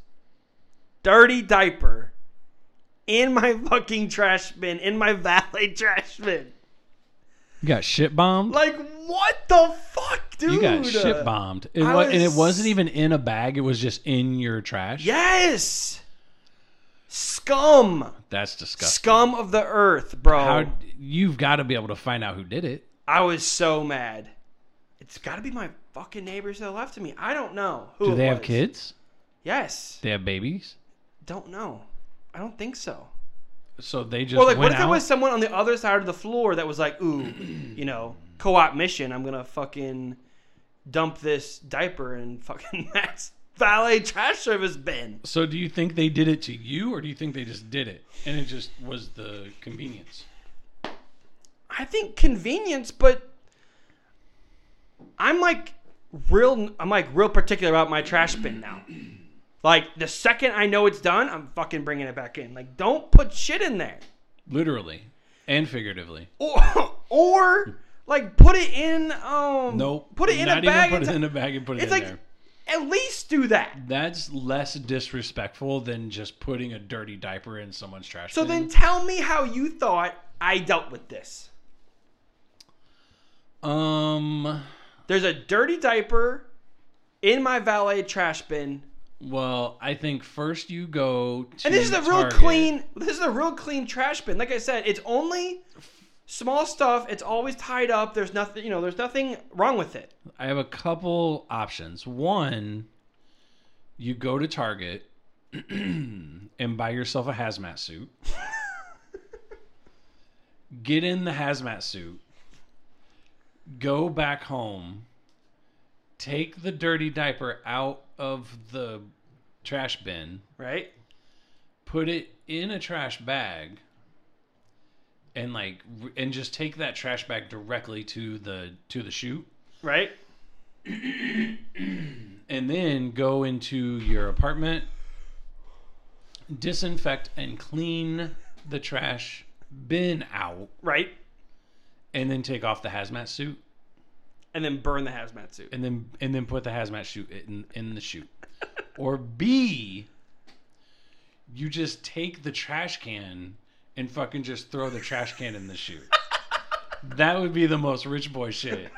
A: dirty diaper in my fucking trash bin, in my valet trash bin.
B: You got shit bombed.
A: Like what the fuck, dude? uh,
B: you got shit bombed. It
A: I
B: was, and it
A: was-
B: wasn't even in a bag. It was just in your trash.
A: Yes. Scum.
B: That's disgusting.
A: Scum of the earth, bro.
B: How you've got to be able to find out who did it.
A: I was so mad. It's got to be my fucking neighbors to the left of me. I don't know who.
B: Do
A: it
B: they have
A: was.
B: kids?
A: Yes.
B: They have babies.
A: Don't know. I don't think so.
B: So they just
A: Or like, what
B: went
A: if
B: out.
A: it was someone on the other side of the floor that was like, ooh, you know, co-op mission. I'm gonna fucking dump this diaper in fucking Matt's valet trash service bin.
B: so do you think they did it to you, or do you think they just did it and it just was the convenience?
A: I think convenience, but I'm like real. I'm like real particular about my trash bin now. Like the second I know it's done, I'm fucking bringing it back in. Like don't put shit in there,
B: Literally and figuratively.
A: or or like put it in. Um,
B: Nope.
A: Put it in
B: Not
A: a bag.
B: Even put
A: and
B: it in
A: t-
B: a bag and put it
A: it's
B: in
A: like
B: there.
A: at least do that.
B: That's less disrespectful than just putting a dirty diaper in someone's trash.
A: So
B: bin.
A: then tell me how you thought I dealt with this.
B: Um.
A: There's a dirty diaper in my valet trash bin.
B: Well, I think first you go. To
A: And this is a real
B: Target.
A: clean. This is a real clean trash bin. Like I said, it's only small stuff. It's always tied up. There's nothing. You know, there's nothing wrong with it.
B: I have a couple options. One, you go to Target and buy yourself a hazmat suit. Get in the hazmat suit. Go back home. Take the dirty diaper out of the trash bin.
A: Right?
B: put it in a trash bag and like r- and just take that trash bag directly to the to the chute
A: Right?
B: and then go into your apartment disinfect and clean the trash bin out
A: Right?
B: and then take off the hazmat suit
A: And then burn the hazmat suit.
B: and then and then put the hazmat suit in in the chute or b you just take the trash can and fucking just throw the trash can in the chute that would be the most rich boy shit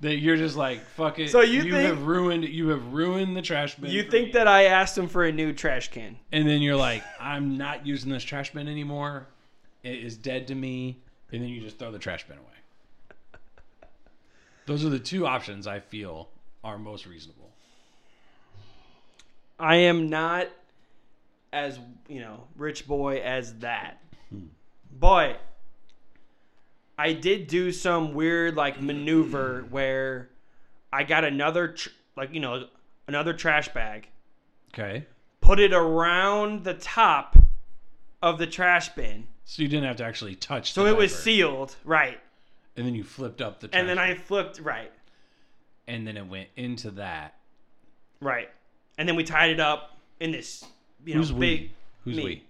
B: that you're just like fuck it
A: So you think-
B: have ruined you have ruined the trash bin
A: You
B: for me.
A: think that I asked him for a new trash can?
B: and then you're like i'm not using this trash bin anymore it is dead to me and then you just throw the trash bin away those are the two options i feel are most reasonable
A: I am not as you know rich boy as that,
B: Hmm.
A: but I did do some weird like maneuver where I got another tr- like you know another trash bag.
B: okay
A: put it around the top of the trash bin.
B: So you didn't have to actually touch.
A: So
B: the
A: it was
B: diaper.
A: sealed, right?
B: and then you flipped up the. Trash
A: And then I flipped, right,
B: And then it went into that.
A: right. And then we tied it up in this, you know,
B: Who's
A: big
B: we? Who's
A: me.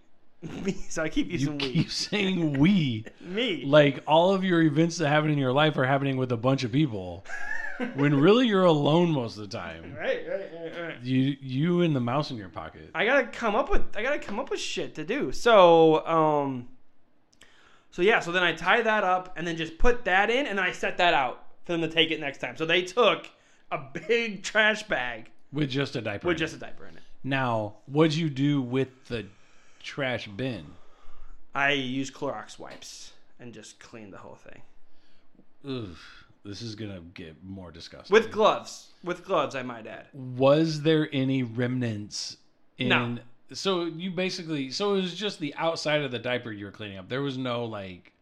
B: we?
A: me. So I keep
B: You
A: using
B: keep saying we,
A: we. Me.
B: like all of your events that happen in your life are happening with a bunch of people, when really you're alone most of the time.
A: right, right, right, right.
B: You you and the mouse in your pocket.
A: I gotta come up with I gotta come up with shit to do. So um so yeah, so then I tie that up and then just put that in and then I set that out for them to take it next time. So they took a big trash bag
B: with just a diaper.
A: with
B: in it.
A: just a diaper in it.
B: now, what'd you do with the trash bin?
A: I use Clorox wipes and just clean the whole thing
B: Ugh, this is gonna get more disgusting.
A: with gloves. With gloves, I might add.
B: was there any remnants in?
A: No.
B: So you basically, so it was just the outside of the diaper you were cleaning up. There was no like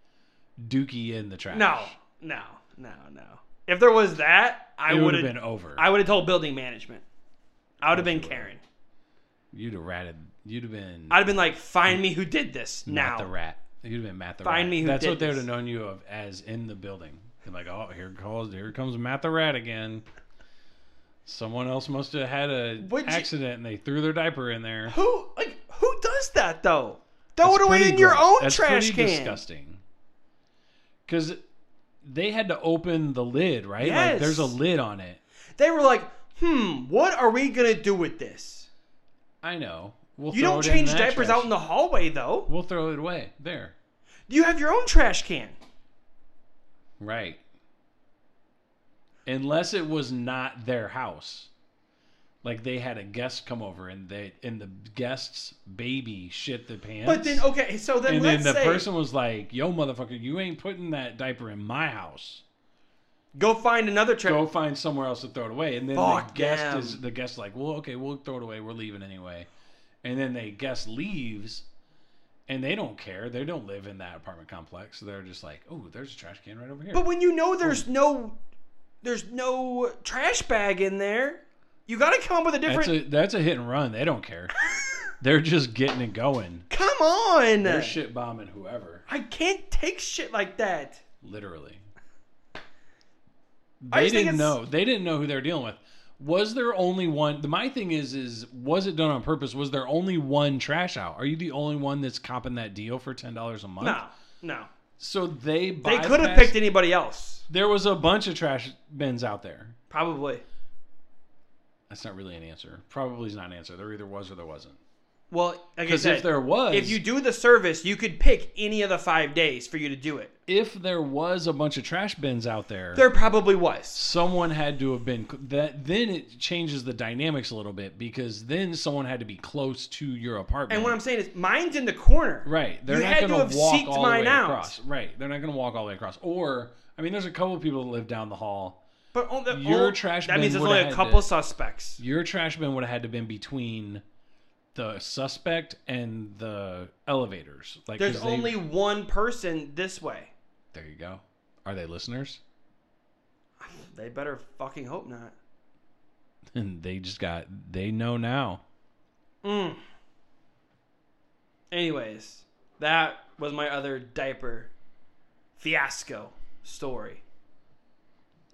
B: dookie in the trash.
A: No, no, no, no. If there was that, I
B: it
A: would
B: would have
A: have.
B: been over.
A: I would have told building management. I would have been Karen.
B: you'd have ratted. You'd have been
A: I'd have been like, find me who did this
B: Matt
A: now.
B: the rat. You'd have been Matt the
A: Find
B: rat.
A: me who
B: That's
A: did
B: what they would
A: this.
B: have known you of as in the building. They're like, oh, here calls, here comes Matt the rat again. Someone else must have had a
A: Would you-
B: accident and they threw their diaper in there.
A: Who like who does that though? Throw
B: That's
A: it away
B: pretty
A: in your
B: gross.
A: own
B: That's
A: trash
B: pretty
A: can.
B: Disgusting. Because they had to open the lid, right? Like
A: Yes.
B: there's a lid on it.
A: They were like, hmm, what are we gonna do with this?
B: I know. We'll
A: You
B: throw
A: don't
B: it in
A: change
B: that
A: diapers
B: trash.
A: out in the hallway though.
B: We'll throw it away there.
A: You have your own trash can.
B: Right. Unless it was not their house. Like they had a guest come over and they and the guest's baby shit the pants.
A: But then okay, so then
B: and then
A: let's
B: the
A: say
B: person was like, "Yo, motherfucker, you ain't putting that diaper in my house.
A: go find another trash.
B: Go find somewhere else to throw it away." And then the
A: Fuck
B: guest
A: them.
B: is the guest like, "Well, okay, we'll throw it away. We're leaving anyway." And then the guest leaves, and they don't care. They don't live in that apartment complex. They're just like, "Oh, there's a trash can right over here."
A: But when you know there's no there's no trash bag in there, you gotta come up with a
B: That's
A: different
B: a that's a hit and run. They don't care. They're just getting it going.
A: Come on.
B: They're shit bombing whoever,
A: I can't take shit like that.
B: literally.
A: I
B: They
A: just think
B: didn't
A: it's-
B: know. They didn't know who they were dealing with. Was there only one? The My thing is, is was it done on purpose? Was there only one trash out? Are you the only one that's copping that deal for ten dollars a month?
A: No, no.
B: So they
A: They could have picked anybody else.
B: There was a bunch of trash bins out there.
A: Probably.
B: That's not really an answer. Probably is not an answer. There either was or there wasn't.
A: Well, like I
B: Because
A: said,
B: if
A: if,
B: there was,
A: you do the service, you could pick any of the five days for you to do it.
B: if there was a bunch of trash bins out there,
A: There probably was.
B: someone had to have been that then it changes the dynamics a little bit because then someone had to be close to your apartment
A: And what I'm saying is, mine's in the corner.
B: right they're
A: You
B: not
A: had to
B: going
A: have
B: to walk
A: seeked
B: all the
A: mine
B: way
A: out.
B: across right they're not going to walk all the way across or i mean there's a couple people that live down the hall
A: But on the,
B: Your
A: on-
B: trash
A: That means
B: bin
A: there's
B: would've
A: only a
B: had
A: couple
B: to-
A: suspects.
B: your trash bin would have had to been between the suspect and the elevators like 'cause
A: There's
B: they-
A: only one person this way.
B: there you go are they listeners
A: They better fucking hope not.
B: and they just got they know now
A: Mm. Anyways, that was my other diaper fiasco story.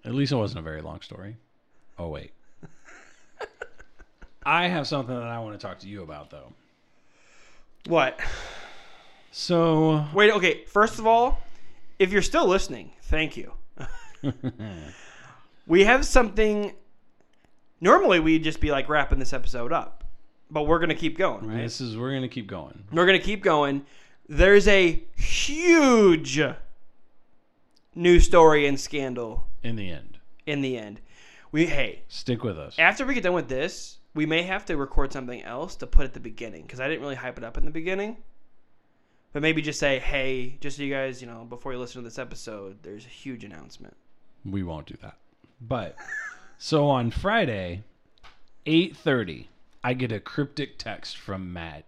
B: At least it wasn't a very long story. Oh wait. I have something that I want to talk to you about though.
A: What?
B: So
A: Wait, okay. First of all, if you're still listening, thank you. we have something. Normally, we'd just be like wrapping this episode up, but we're going to keep going, right?
B: this is we're gonna keep going.
A: We're going to keep going. There's a huge news story and scandal
B: In the end.
A: in the end. We, hey,
B: Stick with us.
A: after we get done with this, we may have to record something else to put at the beginning because I didn't really hype it up in the beginning. But maybe just say, hey, just so you guys, you know, before you listen to this episode, there's a huge announcement.
B: We won't do that. But so on Friday, eight thirty, I get a cryptic text from Matt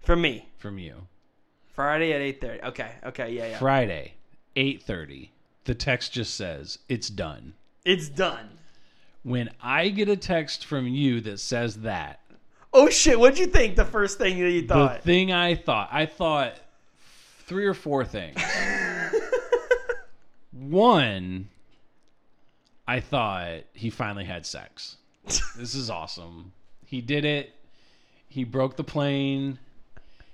A: From me,
B: from you.
A: Friday at 8.30. Okay, okay, yeah, yeah.
B: Friday, eight thirty. The text just says, It's done.
A: It's done.
B: When I get a text from you that says that,
A: Oh, shit, what'd you think the first thing that you
B: the
A: thought?
B: thing I thought, I thought three or four things. One, I thought he finally had sex. This is awesome. He did it. He broke the plane.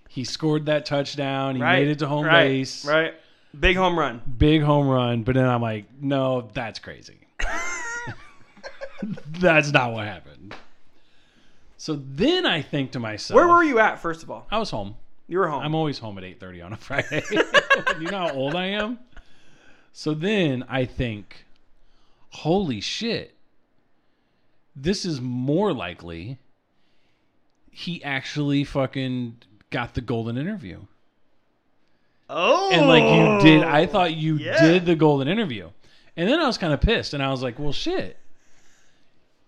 B: He scored that touchdown. He made it to home
A: right,
B: base.
A: Right. Big home run.
B: Big home run. But then I'm like, no, that's crazy. that's not what happened. So then I think to myself,
A: Where were you at, first of all?
B: I was home.
A: You were home.
B: I'm always home at 8:30 on a Friday. you know how old I am? So then I think, holy shit. This is more likely he actually fucking got the golden interview.
A: Oh,
B: And like you did, I thought you
A: yeah.
B: did the golden interview. And then I was kind of pissed and I was like, well, shit.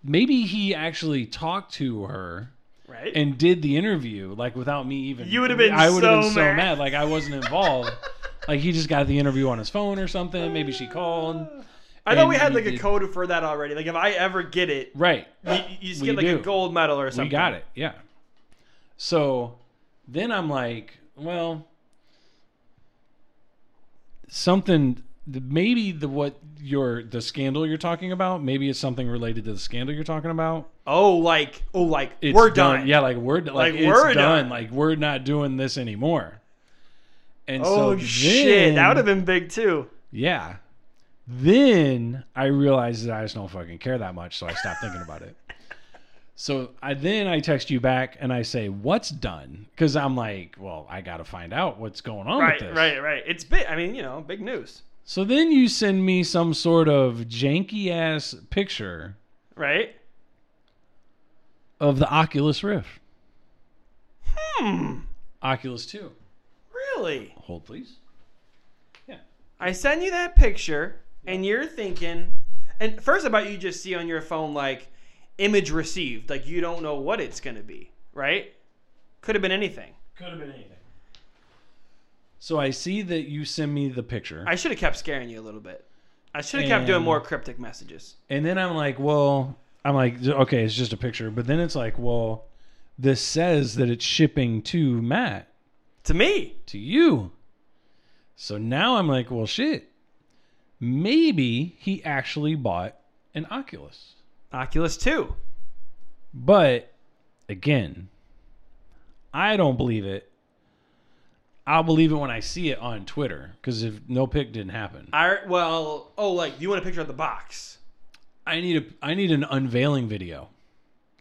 B: Maybe he actually talked to her
A: right.
B: and did the interview like without me even
A: You would've been
B: I would have
A: so
B: been so
A: mad.
B: mad. like I wasn't involved like he just got the interview on his phone or something maybe she called
A: I thought
B: and
A: we had
B: you
A: like a
B: did-
A: code for that already. Like if I ever get it,
B: right
A: you, you just
B: We
A: get like a
B: do.
A: gold medal or something.
B: we got it yeah so then I'm like well something maybe the what your the scandal you're talking about maybe it's something related to the scandal you're talking about
A: Oh, like oh, like
B: it's
A: we're
B: done.
A: done.
B: Yeah, like we're like,
A: Like,
B: it's
A: we're
B: done.
A: done.
B: Like we're not doing this anymore. And so
A: Oh
B: then,
A: shit, that would have been big too.
B: yeah. Then I realized that I just don't fucking care that much, so I stopped thinking about it. So I then I text you back and I say, "What's done?" Because I'm like, "Well, I got to find out what's going on
A: Right,
B: with this."
A: right, right. It's big. I mean, you know, big news.
B: So then you send me some sort of janky ass picture
A: Right.
B: of the Oculus Rift,
A: Hmm.
B: Oculus Two.
A: Really?
B: Hold please. Yeah.
A: I send you that picture, and you're thinking, and first about you just see on your phone like image received, like you don't know what it's gonna be. Right? Could have been anything.
B: Could have been anything. So I see that you send me the picture,
A: I should have kept scaring you a little bit. I should have kept doing
B: And-
A: more cryptic messages.
B: and then I'm like, well, I'm like, okay, it's just a picture. But then it's like, well, this says that it's shipping to Matt,
A: To me,
B: to you. So now I'm like, well, shit. Maybe he actually bought an Oculus.
A: Oculus 2.
B: But again, I don't believe it. I'll believe it when I see it on Twitter because if no pick didn't happen,
A: I well, oh, like you want a picture of the box?
B: I need a I need an unveiling video.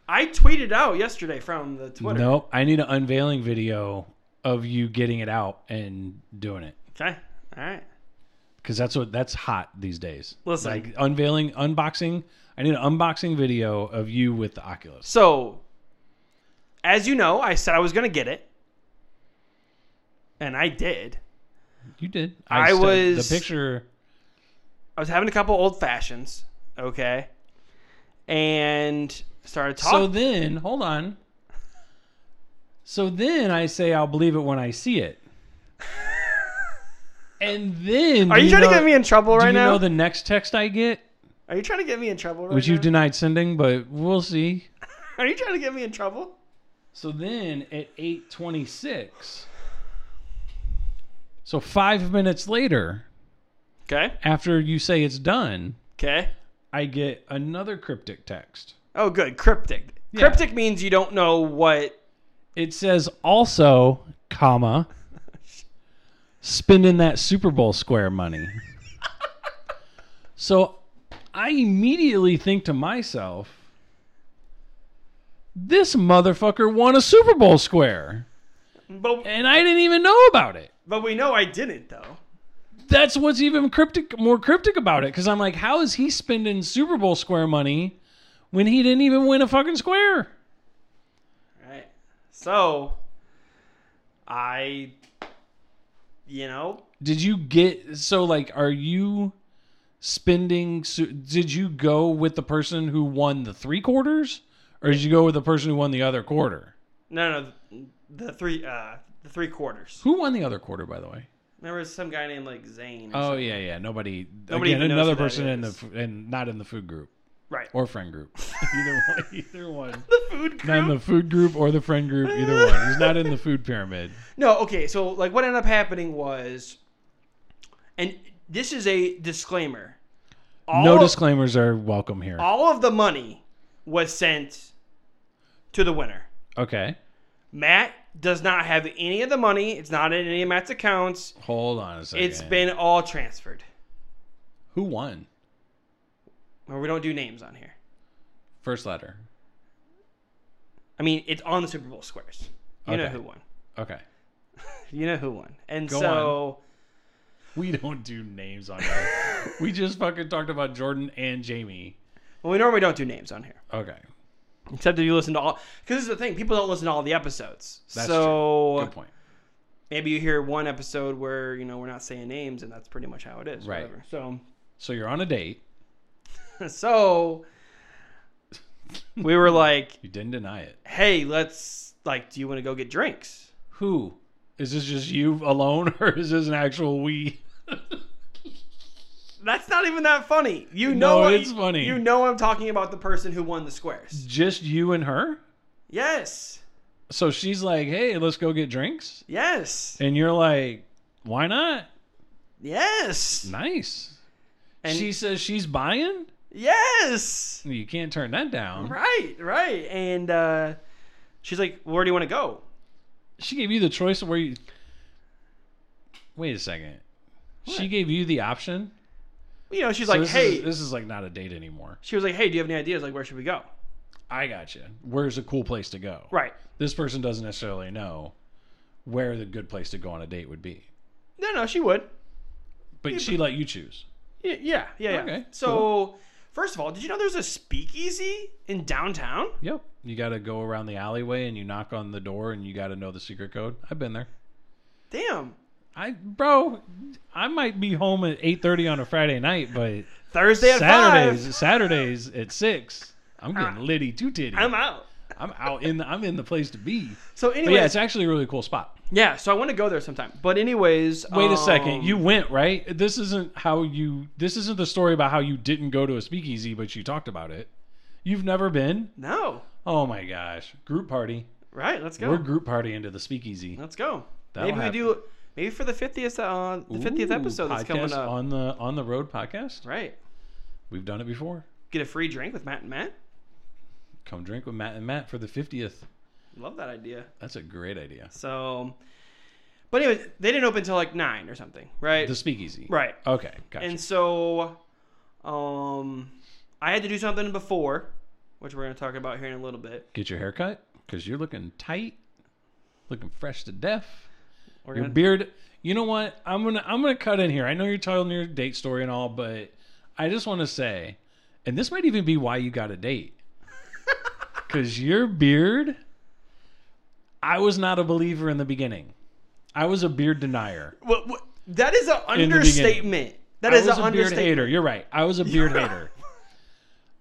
A: I tweeted out yesterday from the Twitter.
B: Nope, I need an unveiling video of you getting it out and doing it
A: Okay. All right.
B: because that's what that's hot these days.
A: Listen.
B: like unveiling, unboxing. I need an unboxing video of you with the Oculus.
A: So, as you know, I said I was going to get it, and I did.
B: You did.
A: I
B: stud-
A: was-
B: the picture.
A: I was having a couple old fashions, okay, and started talking.
B: So then, hold on. So then I say I'll believe it when I see it. And then
A: Are
B: do
A: you trying
B: know-
A: to get me in trouble
B: Do
A: right
B: you
A: now?
B: know the next text I get,
A: Are you trying to get me in trouble right
B: which you
A: now?
B: denied sending, but we'll see.
A: Are you trying to get me in trouble?
B: So then at 826, so five minutes later,
A: Okay.
B: after you say it's done,
A: Okay.
B: I get another cryptic text.
A: Oh, good. Cryptic.
B: Yeah.
A: Cryptic means you don't know what.
B: It says also, comma, spending that Super Bowl square money. so I immediately think to myself, this motherfucker won a Super Bowl square,
A: But
B: and I didn't even know about it.
A: but we know I didn't though.
B: that's what's even cryptic more cryptic about it because i'm like how is he spending super bowl square money when he didn't even win a fucking square
A: Right. So I you know,
B: did you get so like are you spending su- did you go with the person who won the three quarters or did you go with the person who won the other quarter
A: no no the three uh the three quarters.
B: who won the other quarter by the way
A: There was some guy named like Zane. or
B: oh
A: something.
B: yeah yeah nobody,
A: Nobody
B: again
A: even knows
B: another
A: who that
B: person in the
A: is.
B: f- and not in the food group
A: right.
B: or friend group either one either one
A: the food group.
B: not in the food group or the friend group either one he's not in the food pyramid
A: No, okay. So like what ended up happening was and this is a disclaimer. All
B: no
A: of-
B: disclaimers are welcome here.
A: all of the money was sent to the winner.
B: okay.
A: Matt does not have any of the money. It's not in any of Matt's accounts.
B: Hold on a second.
A: It's been all transferred.
B: Who won?
A: Or we don't do names on here.
B: First letter.
A: I mean, it's on the Super Bowl squares. You know
B: Okay.
A: who won.
B: Okay.
A: You know who won. And
B: Go
A: so
B: We don't do names on here. we just fucking talked about Jordan and Jamie.
A: Well, we normally don't do names on here,
B: Okay.
A: except if you listen to all. Because this is the thing, people don't listen to all the episodes.
B: That's
A: so
B: Good point.
A: maybe you hear one episode where you know we're not saying names, and that's pretty much how it is.
B: Right.
A: Whatever. So,
B: So you're on a date.
A: so we were like,
B: You didn't deny it.
A: hey, let's like, do you want to go get drinks?
B: Who? Is this just you alone or is this an actual we?
A: That's not even that funny. You
B: No,
A: know, I-
B: it's funny.
A: You know, I'm talking about the person who won the squares.
B: Just you and her?
A: Yes,
B: So she's like, hey, let's go get drinks.
A: yes,
B: And you're like, why not?
A: yes,
B: Nice.
A: And-
B: she says she's buying?
A: yes.
B: You can't turn that down.
A: Right, right. And uh, she's like, "Where do you want to go?"
B: She gave you the choice of where you. Wait a second. She
A: What?
B: gave you the option?
A: You know, she's
B: So
A: like,
B: this
A: "Hey."
B: Is, this is like not a date anymore.
A: she was like, "Hey, do you have any ideas? Like, where should we go?"
B: I got you. Where's a cool place to go?
A: Right.
B: This person doesn't necessarily know where the good place to go on a date would be.
A: No, no, she would.
B: But she let you choose.
A: Y- Yeah, yeah, yeah.
B: Okay,
A: so, first of all, did you know there's a speakeasy in downtown?
B: Yep. You got to go around the alleyway and you knock on the door and you got to know the secret code. I've been there.
A: Damn.
B: I bro, I might be home at 8:30 on a Friday night, but
A: Thursday at
B: Saturdays
A: five.
B: Saturdays at 6, I'm getting litty too titty.
A: I'm
B: Uh, I'm,
A: out.
B: out in the, I'm in the place to be.
A: So,
B: But yeah,
A: anyways,
B: it's actually a really cool spot.
A: Yeah, so I want to go there sometime. But anyways,
B: Wait
A: um,
B: a second. You went, right? This isn't how you this isn't the story about how you didn't go to a speakeasy but you talked about it. You've never been?
A: no
B: Oh my gosh. Group party.
A: right? Let's go.
B: We're group party into the speakeasy.
A: let's go.
B: That'll
A: maybe we do. Maybe for the fiftieth uh, the fiftieth
B: Ooh,
A: episode that's coming
B: podcast
A: up,
B: on the on the road podcast.
A: right?
B: We've done it before.
A: Get a free drink with Matt and Matt.
B: Come drink with Matt and Matt for the fiftieth.
A: Love that idea.
B: That's a great idea.
A: So, but anyway, they didn't open until like nine or something, right?
B: The speakeasy.
A: right.
B: Okay. Gotcha.
A: And so, um, I had to do something before, which we're going to talk about here in a little bit.
B: Get your hair cut because you're looking tight, looking fresh to death.
A: We're
B: Your
A: gonna,
B: beard. You know what? I'm gonna I'm gonna cut in here. I know you're telling your date story and all, but I just want to say, and this might even be why you got a date, because your beard. I was not a believer in the beginning. I was a beard denier.
A: what, what, that is an
B: the beginning.
A: understatement. That
B: I
A: is
B: was
A: an
B: a beard
A: understatement.
B: hater. You're right. I was a beard hater.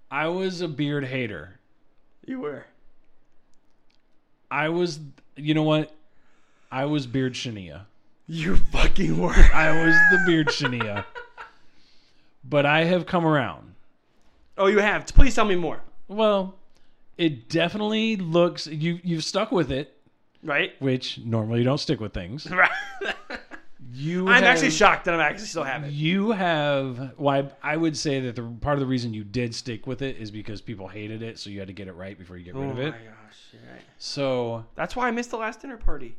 B: I was a beard hater.
A: You were.
B: I was, you know what? I was beard Shania.
A: You fucking were.
B: I was the beard Shania. But I have come around.
A: Oh, you have. Please tell me more.
B: Well, it definitely looks you you've stuck with it,
A: Right?
B: which normally you don't stick with things.
A: Right.
B: You
A: I'm
B: have-
A: actually shocked that I'm actually still have it.
B: You have well, I, I would say that the part of the reason you did stick with it is because people hated it, so you had to get it right before you get rid of it.
A: Oh right.
B: So
A: That's why I missed the last dinner party.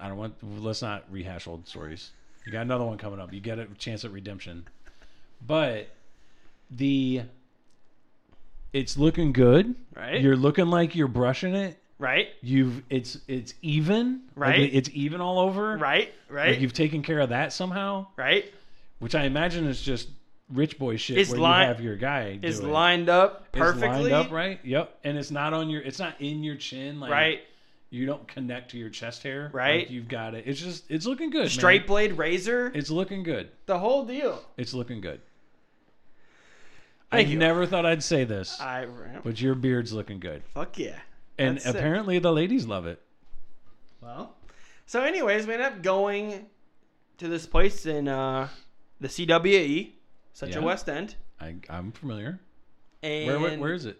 B: I don't want. Let's not rehash old stories. You got another one coming up. You get a chance at redemption, but the it's looking good.
A: Right?
B: You're looking like you're brushing it.
A: right?
B: You've it's it's even. Like,
A: Right.
B: it- it's even all over.
A: Right?
B: Like
A: Right?
B: you've taken care of that somehow,
A: right?
B: which I imagine is just rich boy shit.
A: It's
B: where
A: li-
B: you have your guy
A: Is
B: do it.
A: lined up
B: It's lined
A: perfectly.
B: up right. Yep. And it's not on your. It's not in your chin. Like
A: Right?
B: you don't connect to your chest hair.
A: Right.
B: Like you've got it. It's just it's looking good. man.
A: Straight blade razor.
B: It's looking good.
A: The whole deal.
B: It's looking good.
A: Thank
B: I
A: you.
B: never thought I'd say this,
A: I
B: but your beard's looking good,
A: fuck yeah.
B: and
A: That's sick.
B: apparently the ladies love it.
A: Well. So anyways, we ended up going to this place in uh, the CWE, Central
B: Yeah.
A: West End.
B: I, I'm familiar.
A: And
B: Where, where where is it?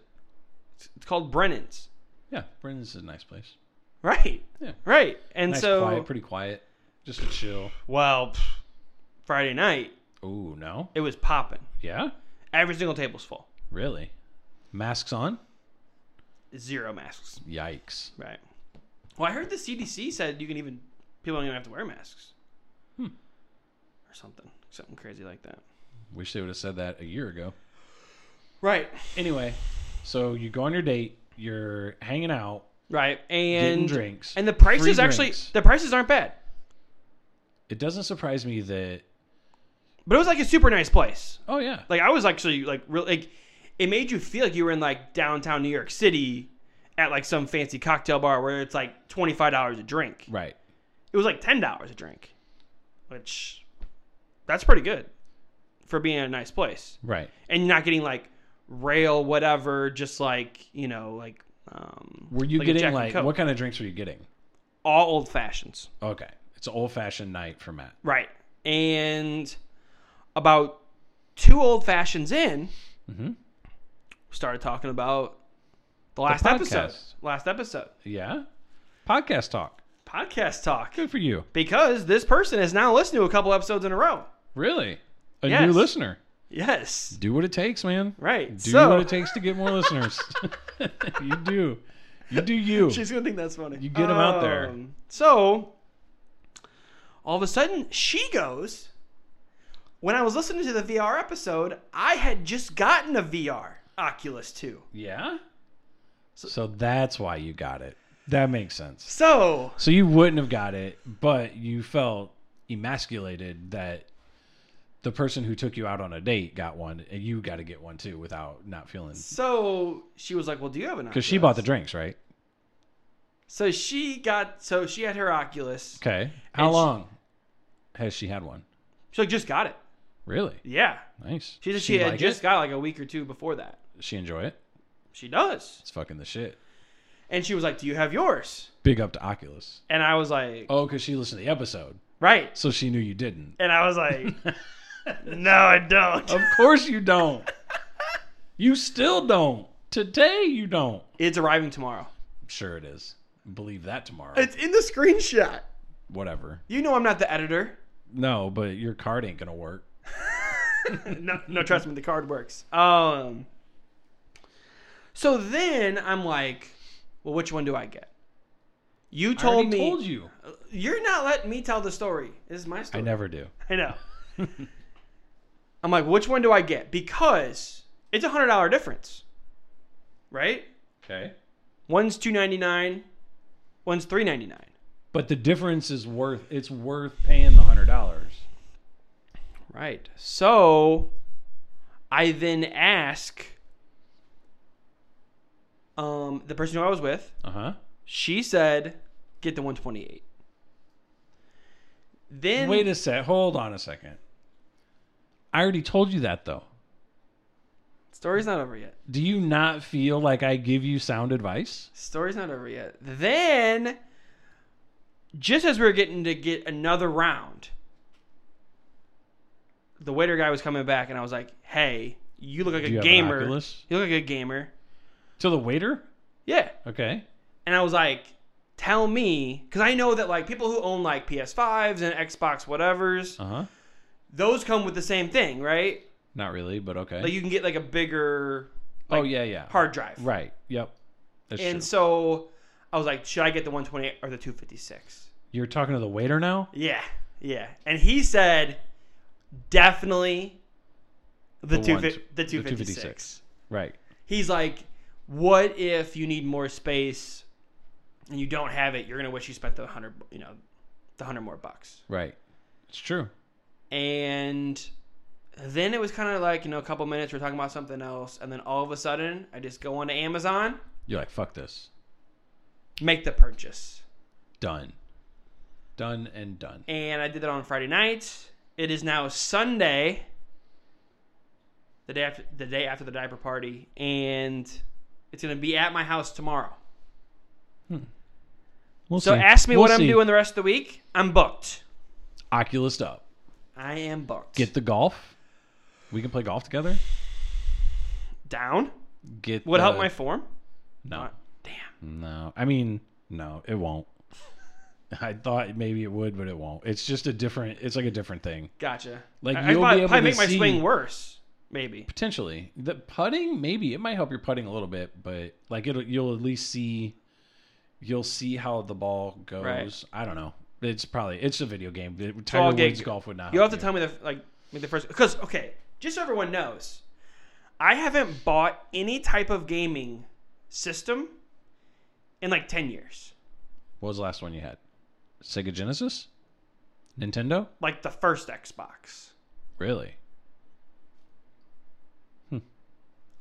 A: it's called Brennan's.
B: Yeah, Brennan's is a nice place.
A: Right.
B: Yeah.
A: Right. And
B: Nice,
A: so
B: quiet, pretty quiet, just a chill.
A: Well, pff, Friday night
B: Ooh, no,
A: it was popping.
B: yeah,
A: Every single table's full.
B: really. Masks on?
A: Zero masks.
B: Yikes.
A: Right. Well, I heard the CDC said you can even people don't even have to wear masks.
B: Hmm.
A: Or something, something crazy like that.
B: Wish they would have said that a year ago.
A: Right.
B: Anyway, so you go on your date. You're hanging out,
A: Right.
B: getting
A: And
B: drinks.
A: and the prices
B: Free
A: actually
B: drinks.
A: the prices aren't bad.
B: it doesn't surprise me that.
A: But it was like a super nice place.
B: Oh yeah,
A: Like I was actually like real like it made you feel like you were in like downtown New York City at like some fancy cocktail bar where it's like twenty five dollars a drink.
B: Right.
A: It was like ten dollars a drink, which that's pretty good for being in a nice place
B: Right.
A: and you're not getting like rail whatever. Just like you know like. Um,
B: Were you
A: like a Jack
B: getting
A: and
B: like
A: Coke.
B: what kind of drinks were you getting?
A: all old fashions?
B: Okay. It's an old fashioned night for Matt.
A: Right. And about two old fashions in,
B: Mhm.
A: started talking about the last episode.
B: podcast.
A: Last episode.
B: Yeah. Podcast talk.
A: Podcast talk.
B: Good for you.
A: Because this person has now listened to a couple episodes in a row.
B: Really? A new
A: Yes.
B: listener.
A: Yes.
B: Do what it takes, man.
A: Right.
B: Do
A: so
B: what it takes to get more listeners. you do. You do you.
A: she's going to think that's funny.
B: You get 'em out there.
A: Um, So all of a sudden, she goes, When I was listening to the VR episode, I had just gotten a VR Oculus 2.
B: yeah. So, that's why you got it. That makes sense.
A: So
B: So you wouldn't have got it, but you felt emasculated that the person who took you out on a date got one, and you got to get one too without not feeling.
A: So she was like, "Well, do you have an?"
B: Because she bought the drinks, right?
A: So she got. So she had her Oculus.
B: Okay. How
A: And she-
B: long has she had one?
A: She like, just got it.
B: Really?
A: Yeah,
B: Nice.
A: she just she, had
B: like
A: just
B: it?
A: got like a week or two before that.
B: She enjoy it.
A: She does,
B: It's fucking the shit.
A: and she was like, "Do you have yours?"
B: Big up to Oculus.
A: And I was like,
B: Oh, because she listened to the episode,
A: "Right."
B: so she knew you didn't.
A: And I was like, "No, I
B: Of
A: don't."
B: course you don't. you still don't. Today you don't.
A: It's arriving tomorrow.
B: Sure it is. Believe that tomorrow.
A: It's in the screenshot.
B: Whatever.
A: You know, I'm not the editor.
B: No, but your card ain't gonna work.
A: no, no, trust me, the card works. Um. So then I'm like, well, which one do I get? You
B: I
A: told
B: already
A: me.
B: told you.
A: You're not letting me tell the story. This is my
B: I
A: story.
B: never do.
A: I know. I'm like, which one do I get? Because it's a hundred dollar difference, right?
B: Okay.
A: One's two ninety nine, one's three ninety nine.
B: But the difference is worth it's worth paying the hundred dollars.
A: Right. So I then ask um, the person who I was with.
B: Uh huh.
A: She said, "Get the one twenty eight. Then
B: Wait a sec. Hold on a second. I already told you that though.
A: Story's not over yet.
B: Do you not feel like I give you sound advice?
A: Story's not over yet. Then, just as we were getting to get another round, the waiter guy was coming back, and I was like, "Hey, you look like
B: Do you
A: a
B: have an
A: gamer.
B: Oculus?
A: You look like a gamer."
B: To the waiter?
A: Yeah,
B: Okay.
A: and I was like, "Tell me," because I know that like people who own like PS5s and Xbox whatever's,
B: Uh huh.
A: those come with the same thing, right?
B: Not really, but okay.
A: Like you can get like a bigger
B: oh yeah, yeah.
A: hard drive,
B: Right. Yep. That's
A: And
B: true.
A: so I was like, "Should I get the 128 or the 256?"
B: You're talking to the waiter now?
A: Yeah, yeah. And he said, definitely the,
B: The
A: two,
B: one-
A: fi-
B: the
A: the 256.
B: 256. Right.
A: He's like, what if you need more space and you don't have it? You're going to wish you spent the 100, you know, the 100 more bucks.
B: Right. It's true.
A: And then it was kind of like, you know, a couple minutes, we're talking about something else. And then all of a sudden, I just go onto Amazon,
B: You're like, fuck this.
A: make the purchase.
B: Done. Done and done.
A: and I did that on Friday night. It is now Sunday, the day after the day after the diaper party, and it's gonna be at my house tomorrow.
B: We'll
A: So
B: see.
A: ask me
B: We'll
A: what I'm
B: see.
A: doing the rest of the week. I'm booked.
B: Oculus up.
A: I am booked.
B: Get the golf. We can play golf together.
A: down.
B: Get
A: Would
B: the-
A: help my form.
B: no,
A: Damn.
B: no. I mean, no, it won't. I thought maybe it would, but it won't. It's just a different. It's like a different thing.
A: Gotcha.
B: Like,
A: I, I
B: you'll be
A: probably,
B: able
A: probably
B: to
A: make my
B: see-
A: swing worse. Maybe.
B: Potentially, the putting maybe it might help your putting a little bit, but like it'll you'll at least see, you'll see how the ball goes.
A: Right.
B: I don't know. It's probably it's a video game. It-
A: I'll
B: Tiger
A: get-
B: Woods golf would not.
A: You'll have to
B: help
A: tell me the like make the first because okay, just so everyone knows, I haven't bought any type of gaming system in like ten years.
B: What was the last one you had? Sega Genesis? Nintendo?
A: Like the first Xbox,
B: Really?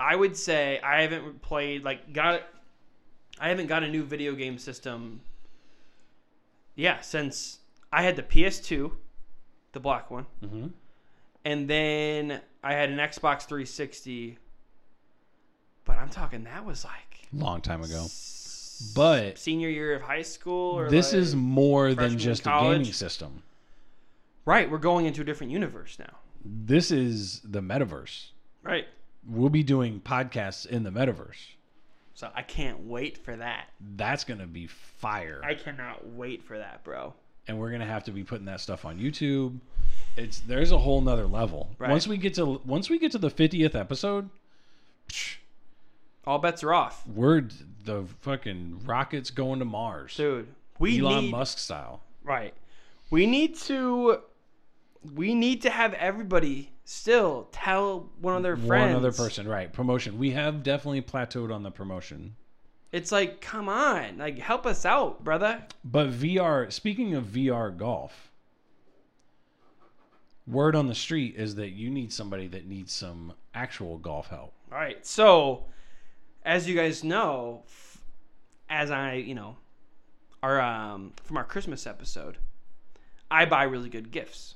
A: I would say I haven't played like got I haven't got a new video game system. Yeah, since I had the PS2, the black one,
B: Mm-hmm.
A: and then I had an Xbox 360. But I'm talking that was like
B: Long time ago.
A: s-
B: But-
A: senior year of high school. Or
B: This
A: like-
B: is more than
A: freshman
B: just a
A: college.
B: gaming system.
A: right. We're going into a different universe now.
B: This is the metaverse.
A: Right.
B: We'll be doing podcasts in the metaverse.
A: So I can't wait for that.
B: That's going to be fire.
A: I cannot wait for that, bro.
B: and we're gonna have to be putting that stuff on YouTube. It's there's a whole nother level.
A: Right.
B: Once we get to once we get to the fiftieth episode, psh,
A: All bets are off,
B: we're d- the fucking rockets going to Mars,
A: dude. We
B: Elon
A: need
B: Musk style.
A: right. We need to. We need to have everybody still tell one of their friends.
B: One other person, right? Promotion. We have definitely plateaued on the promotion,
A: It's like, come on, like help us out, brother.
B: but VR. Speaking of VR golf, word on the street is that you need somebody that needs some actual golf help.
A: All right. So, as you guys know, f- as I, you know, our um from our Christmas episode, I buy really good gifts,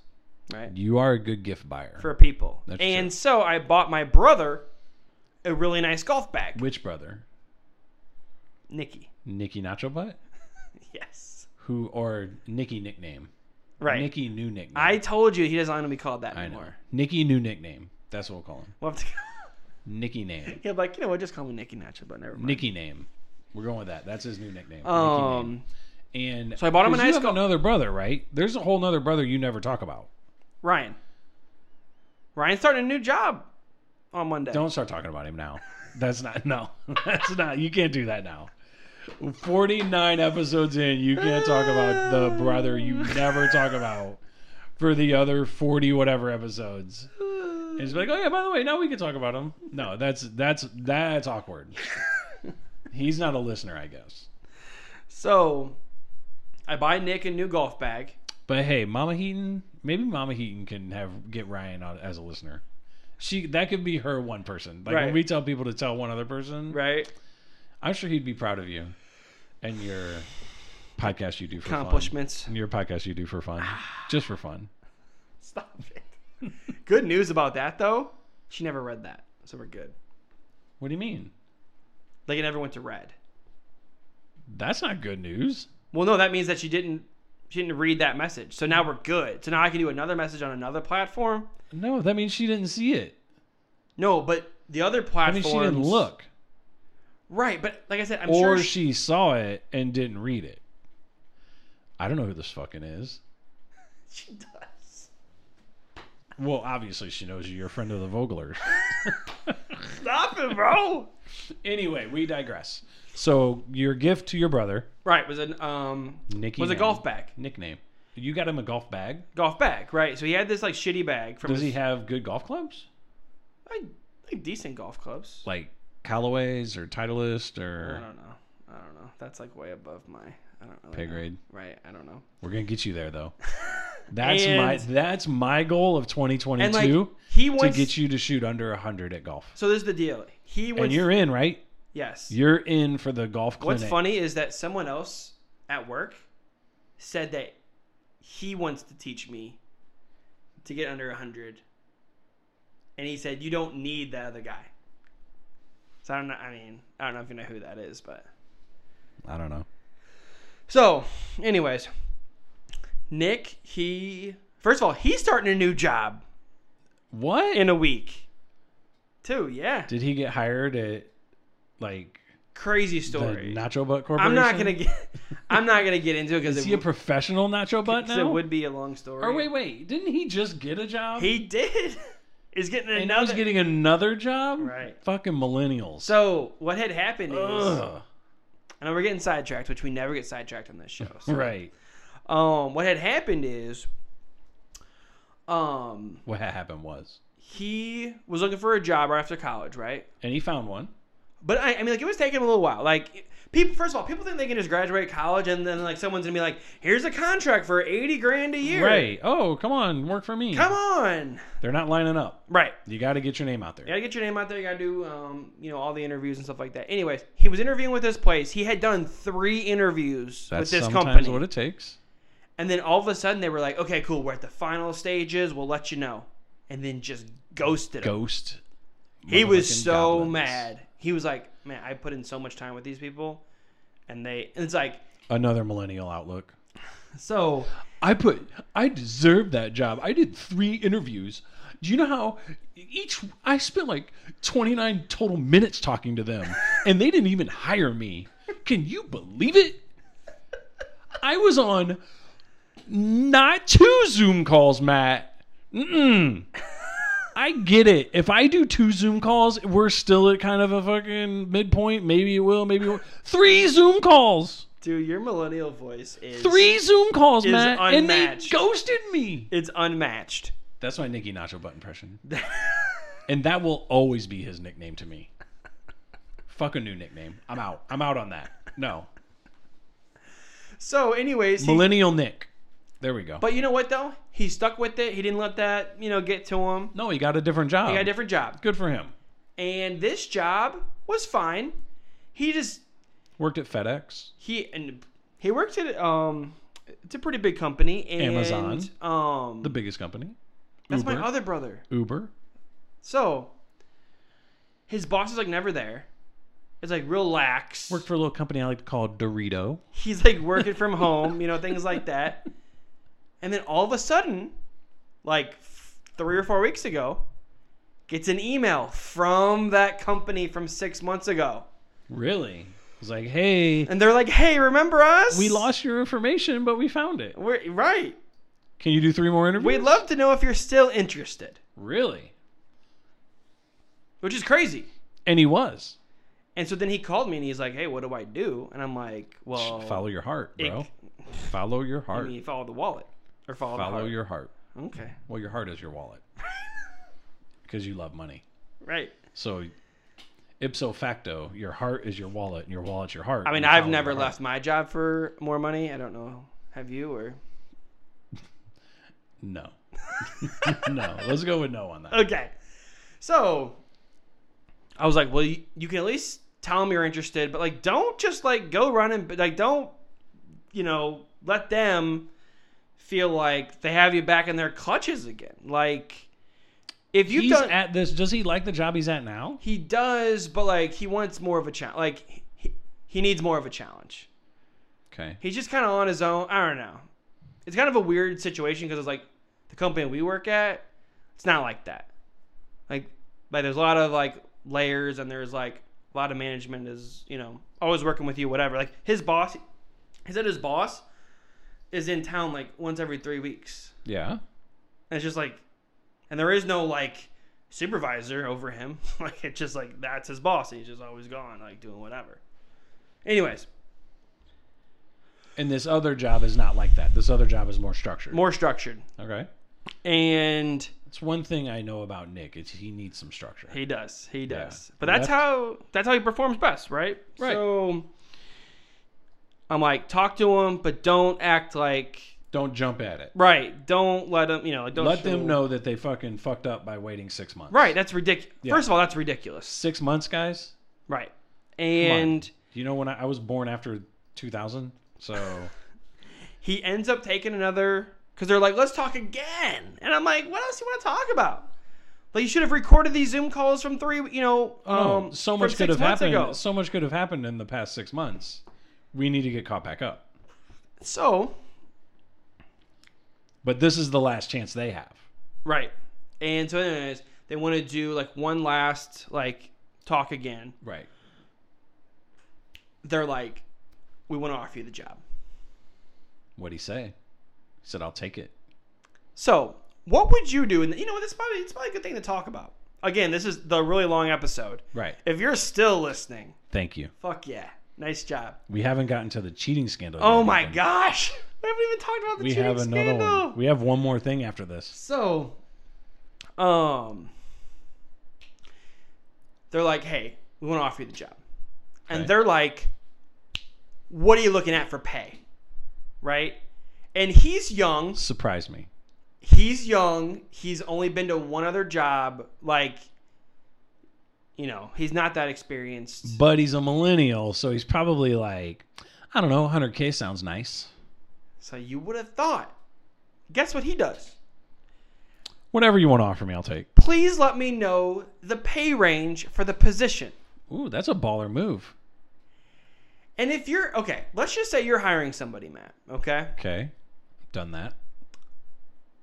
A: right?
B: You are a good gift buyer.
A: for people.
B: That's
A: and
B: true.
A: so I bought my brother a really nice golf bag.
B: Which brother,
A: Nikki.
B: Nikki Nacho Butt?
A: Yes.
B: who or Nikki nickname.
A: Right.
B: Nikki new nickname.
A: I told you he doesn't want to be called that
B: I know.
A: anymore.
B: Nikki new nickname. That's what we'll call him.
A: We'll have to
B: Nikki name.
A: He'll be like, you know what, just call me Nikki Nacho, but never mind.
B: Nikki name. We're going with that. That's his new nickname. Nikki name.
A: Um
B: and
A: so I bought him
B: 'cause
A: an
B: you
A: ice
B: have
A: col-
B: another brother, right? There's a whole nother brother you never talk about.
A: Ryan. Ryan's starting a new job on Monday.
B: Don't start talking about him now. That's not no. That's not. You can't do that now. 49 episodes in, you can't talk about the brother you never talk about for the other 40 whatever episodes. And it's like, oh yeah, by the way, now we can talk about him. No, that's that's that's awkward. He's not a listener, I guess.
A: So I buy Nick a new golf bag.
B: But hey, Mama Heaton, maybe Mama Heaton can have get Ryan on as a listener. She that could be her one person. Like when
A: Right.
B: we tell people to tell one other person,
A: Right?
B: I'm sure he'd be proud of you and your podcast you do for fun.
A: Accomplishments.
B: And your podcast you do for fun, just for fun.
A: Stop it. good news about that though. She never read that. So we're good.
B: What do you mean?
A: Like it never went to red.
B: That's not good news.
A: Well, no, that means that she didn't she didn't read that message. So now we're good. So now I can do another message on another platform.
B: No, that means she didn't see it.
A: No, but the other
B: I
A: platform
B: mean, she didn't look,
A: Right, but like I said, I'm
B: or
A: sure she,
B: she saw it and didn't read it. I don't know who this fucking is.
A: she does.
B: Well, obviously she knows you. You're a friend of the Vogelers.
A: Stop it, bro.
B: anyway, we digress. So your gift to your brother,
A: right, was an um
B: Nikki,
A: was a
B: Nam-
A: golf bag.
B: nickname. You got him a golf bag.
A: Golf bag, right. So he had this like shitty bag from
B: Does he
A: his,
B: have good golf clubs?
A: like, like decent golf clubs.
B: like Callaway's or Titleist
A: I
B: or
A: don't know. I don't know. That's like way above my I don't really
B: pay
A: know.
B: grade.
A: Right, I don't know.
B: We're gonna get you there though. That's
A: And-
B: my that's my goal of 2022
A: And like he
B: to
A: wants
B: get you to shoot under 100 at golf.
A: So this is the deal. He
B: And
A: wants
B: you're in, right?
A: yes.
B: You're in for the golf clinic.
A: What's funny is that someone else at work said that he wants to teach me to get under 100. And he said, You don't need that other guy. So I don't know. I mean, I don't know if you know who that is, but.
B: I don't know.
A: So, anyways, Nick, he. First of all, he's starting a new job
B: What
A: in a week. Too, yeah.
B: did he get hired at? Like
A: Crazy
B: the
A: story.
B: Nacho Butt Corporation.
A: I'm not gonna get. I'm not gonna get into it because
B: Is
A: it,
B: he a
A: w-
B: professional Nacho Butt
A: 'cause
B: now?
A: it would be a long story.
B: or wait, wait, didn't he just get a job?
A: He did. He's getting
B: and
A: another.
B: he's getting another job.
A: Right.
B: Fucking millennials.
A: so what had happened is,
B: Ugh.
A: and we're getting sidetracked, which we never get sidetracked on this show. So.
B: right.
A: Um, what had happened is, um,
B: What happened was,
A: he was looking for a job right after college, right?
B: and he found one.
A: But I, I mean, like, it was taking a little while. Like, people, first of all, people think they can just graduate college and then, like, someone's gonna be like, here's a contract for 80 grand a year.
B: Right. Oh, come on, work for me.
A: Come on.
B: They're not lining up.
A: Right.
B: You got to get your name out there.
A: You gotta get your name out there. You gotta do, um, you know, all the interviews and stuff like that. Anyways, he was interviewing with this place. He had done three interviews
B: That's
A: with this
B: sometimes
A: company,
B: what it takes.
A: and then all of a sudden they were like, "Okay, cool, we're at the final stages. We'll let you know." And then just ghosted him.
B: Ghost.
A: He was
B: motherfucking
A: so
B: goblins.
A: mad. He was like, "Man, I put in so much time with these people, and they." And it's like,
B: Another millennial outlook.
A: so
B: I put I deserved that job. I did three interviews. Do you know how each I spent like 29 total minutes talking to them and they didn't even hire me. Can you believe it? I was on not two Zoom calls, Matt. Mm-mm. I get it. If I do two Zoom calls, we're still at kind of a fucking midpoint. Maybe it will, maybe it won't. Three Zoom calls
A: dude, your millennial voice is
B: three Zoom calls,
A: is
B: Matt, and they
A: unmatched.
B: ghosted me.
A: It's unmatched.
B: That's my Nicky Nacho Butt impression, and that will always be his nickname to me. Fuck a new nickname. I'm out. I'm out on that. No,
A: so, anyways, he-
B: Millennial Nick. There we go.
A: but you know what though? He stuck with it. He didn't let that you know get to him.
B: no, he got a different job.
A: He got a different job,
B: Good for him.
A: and this job was fine. He just
B: Worked at FedEx.
A: he and he worked at um, it's a pretty big company. And,
B: Amazon.
A: Um,
B: The biggest company.
A: that's
B: Uber.
A: my other brother.
B: Uber.
A: So his boss is like never there. It's like relax.
B: Worked for a little company I like to call Dorito.
A: He's like working from home, you know, things like that. And then all of a sudden, like f- three or four weeks ago, gets an email from that company from six months ago.
B: Really? It's like, hey,
A: And they're like, hey, remember us?
B: we lost your information, but we found it.
A: We're, right.
B: Can you do three more interviews?
A: We'd love to know if you're still interested,
B: Really?
A: which is crazy.
B: And he was.
A: And so then he called me and he's like, hey, what do I do? And I'm like, well,
B: follow your heart,
A: Oh, it-
B: bro. Follow your
A: I
B: heart.
A: mean, follow the wallet or follow, the
B: follow
A: heart.
B: your heart.
A: Okay.
B: Well, your heart is your wallet because you love money.
A: Right.
B: So, ipso facto, your heart is your wallet, and your wallet's your heart.
A: I mean,
B: You
A: I've
B: follow
A: never
B: your heart.
A: left my job for more money. I don't know. Have you or
B: No, no. Let's go with no on that.
A: Okay. So I was like, well, you, you can at least tell them you're interested, but like don't just like go running, but like don't you know, let them feel like they have you back in their clutches again. Like if you
B: He's
A: don't
B: at this. Does he like the job he's at now?
A: he does, but like he wants more of a challenge. Like he, he needs more of a challenge.
B: Okay.
A: he's just kind of on his own. I don't know. It's kind of a weird situation because it's like the company we work at, it's not like that. Like, like there's a lot of like layers and there's like a lot of management is you know always working with you whatever. Like his boss, he said his boss is in town like once every three weeks.
B: Yeah.
A: And it's just like, and there is no like supervisor over him. like it's just like that's his boss. He's just always gone like doing whatever. Anyways,
B: And this other job is not like that. This other job is more structured.
A: more structured
B: okay.
A: and.
B: It's one thing I know about Nick. It's he needs some structure.
A: He does. He does.
B: Yeah.
A: But that's
B: Left-
A: how that's how he performs best, right?
B: Right.
A: So I'm like, talk to him, but don't act like
B: Don't jump at it.
A: right. Don't let him. You know, like, don't
B: Let
A: show-
B: them know that they fucking fucked up by waiting six months.
A: Right. That's ridiculous.
B: Yeah.
A: First of all, that's ridiculous.
B: Six months, guys.
A: Right. And
B: You know when I, I was born after 2000, so
A: he ends up taking another because they're like, let's talk again. And I'm like, what else do you want to talk about? Like you should have recorded these Zoom calls from three. You know,
B: oh,
A: um,
B: so
A: from
B: much could
A: six
B: have
A: months
B: happened.
A: ago.
B: So much could have happened in the past six months. We need to get caught back up.
A: So
B: But this is the last chance they have.
A: Right. And so, anyways, they want to do like one last like talk again.
B: Right.
A: They're like, we want to offer you the job.
B: What'd he say? He said, "I'll take it."
A: So, what would you do? And you know, what? This is probably it's probably a good thing to talk about. Again, this is the really long episode.
B: Right.
A: If you're still listening,
B: Thank you.
A: fuck yeah, nice job.
B: We haven't gotten to the cheating scandal. yet,
A: Oh my
B: Ethan.
A: gosh, we haven't even talked about the
B: We
A: cheating
B: have another
A: scandal.
B: one. We have one more thing after this.
A: So, um, they're like, hey, we want to offer you the job. and
B: Right.
A: they're like, "What are you looking at for pay?" Right? And he's young.
B: Surprised me.
A: He's young. He's only been to one other job. Like, you know, he's not that experienced.
B: But he's a millennial, so he's probably like, I don't know, 100K sounds nice.
A: So you would have thought. Guess what he does?
B: Whatever you want to offer me, I'll take.
A: Please let me know the pay range for the position.
B: Ooh, that's a baller move.
A: And if you're okay, let's just say you're hiring somebody, Matt, okay?
B: Okay. Done that.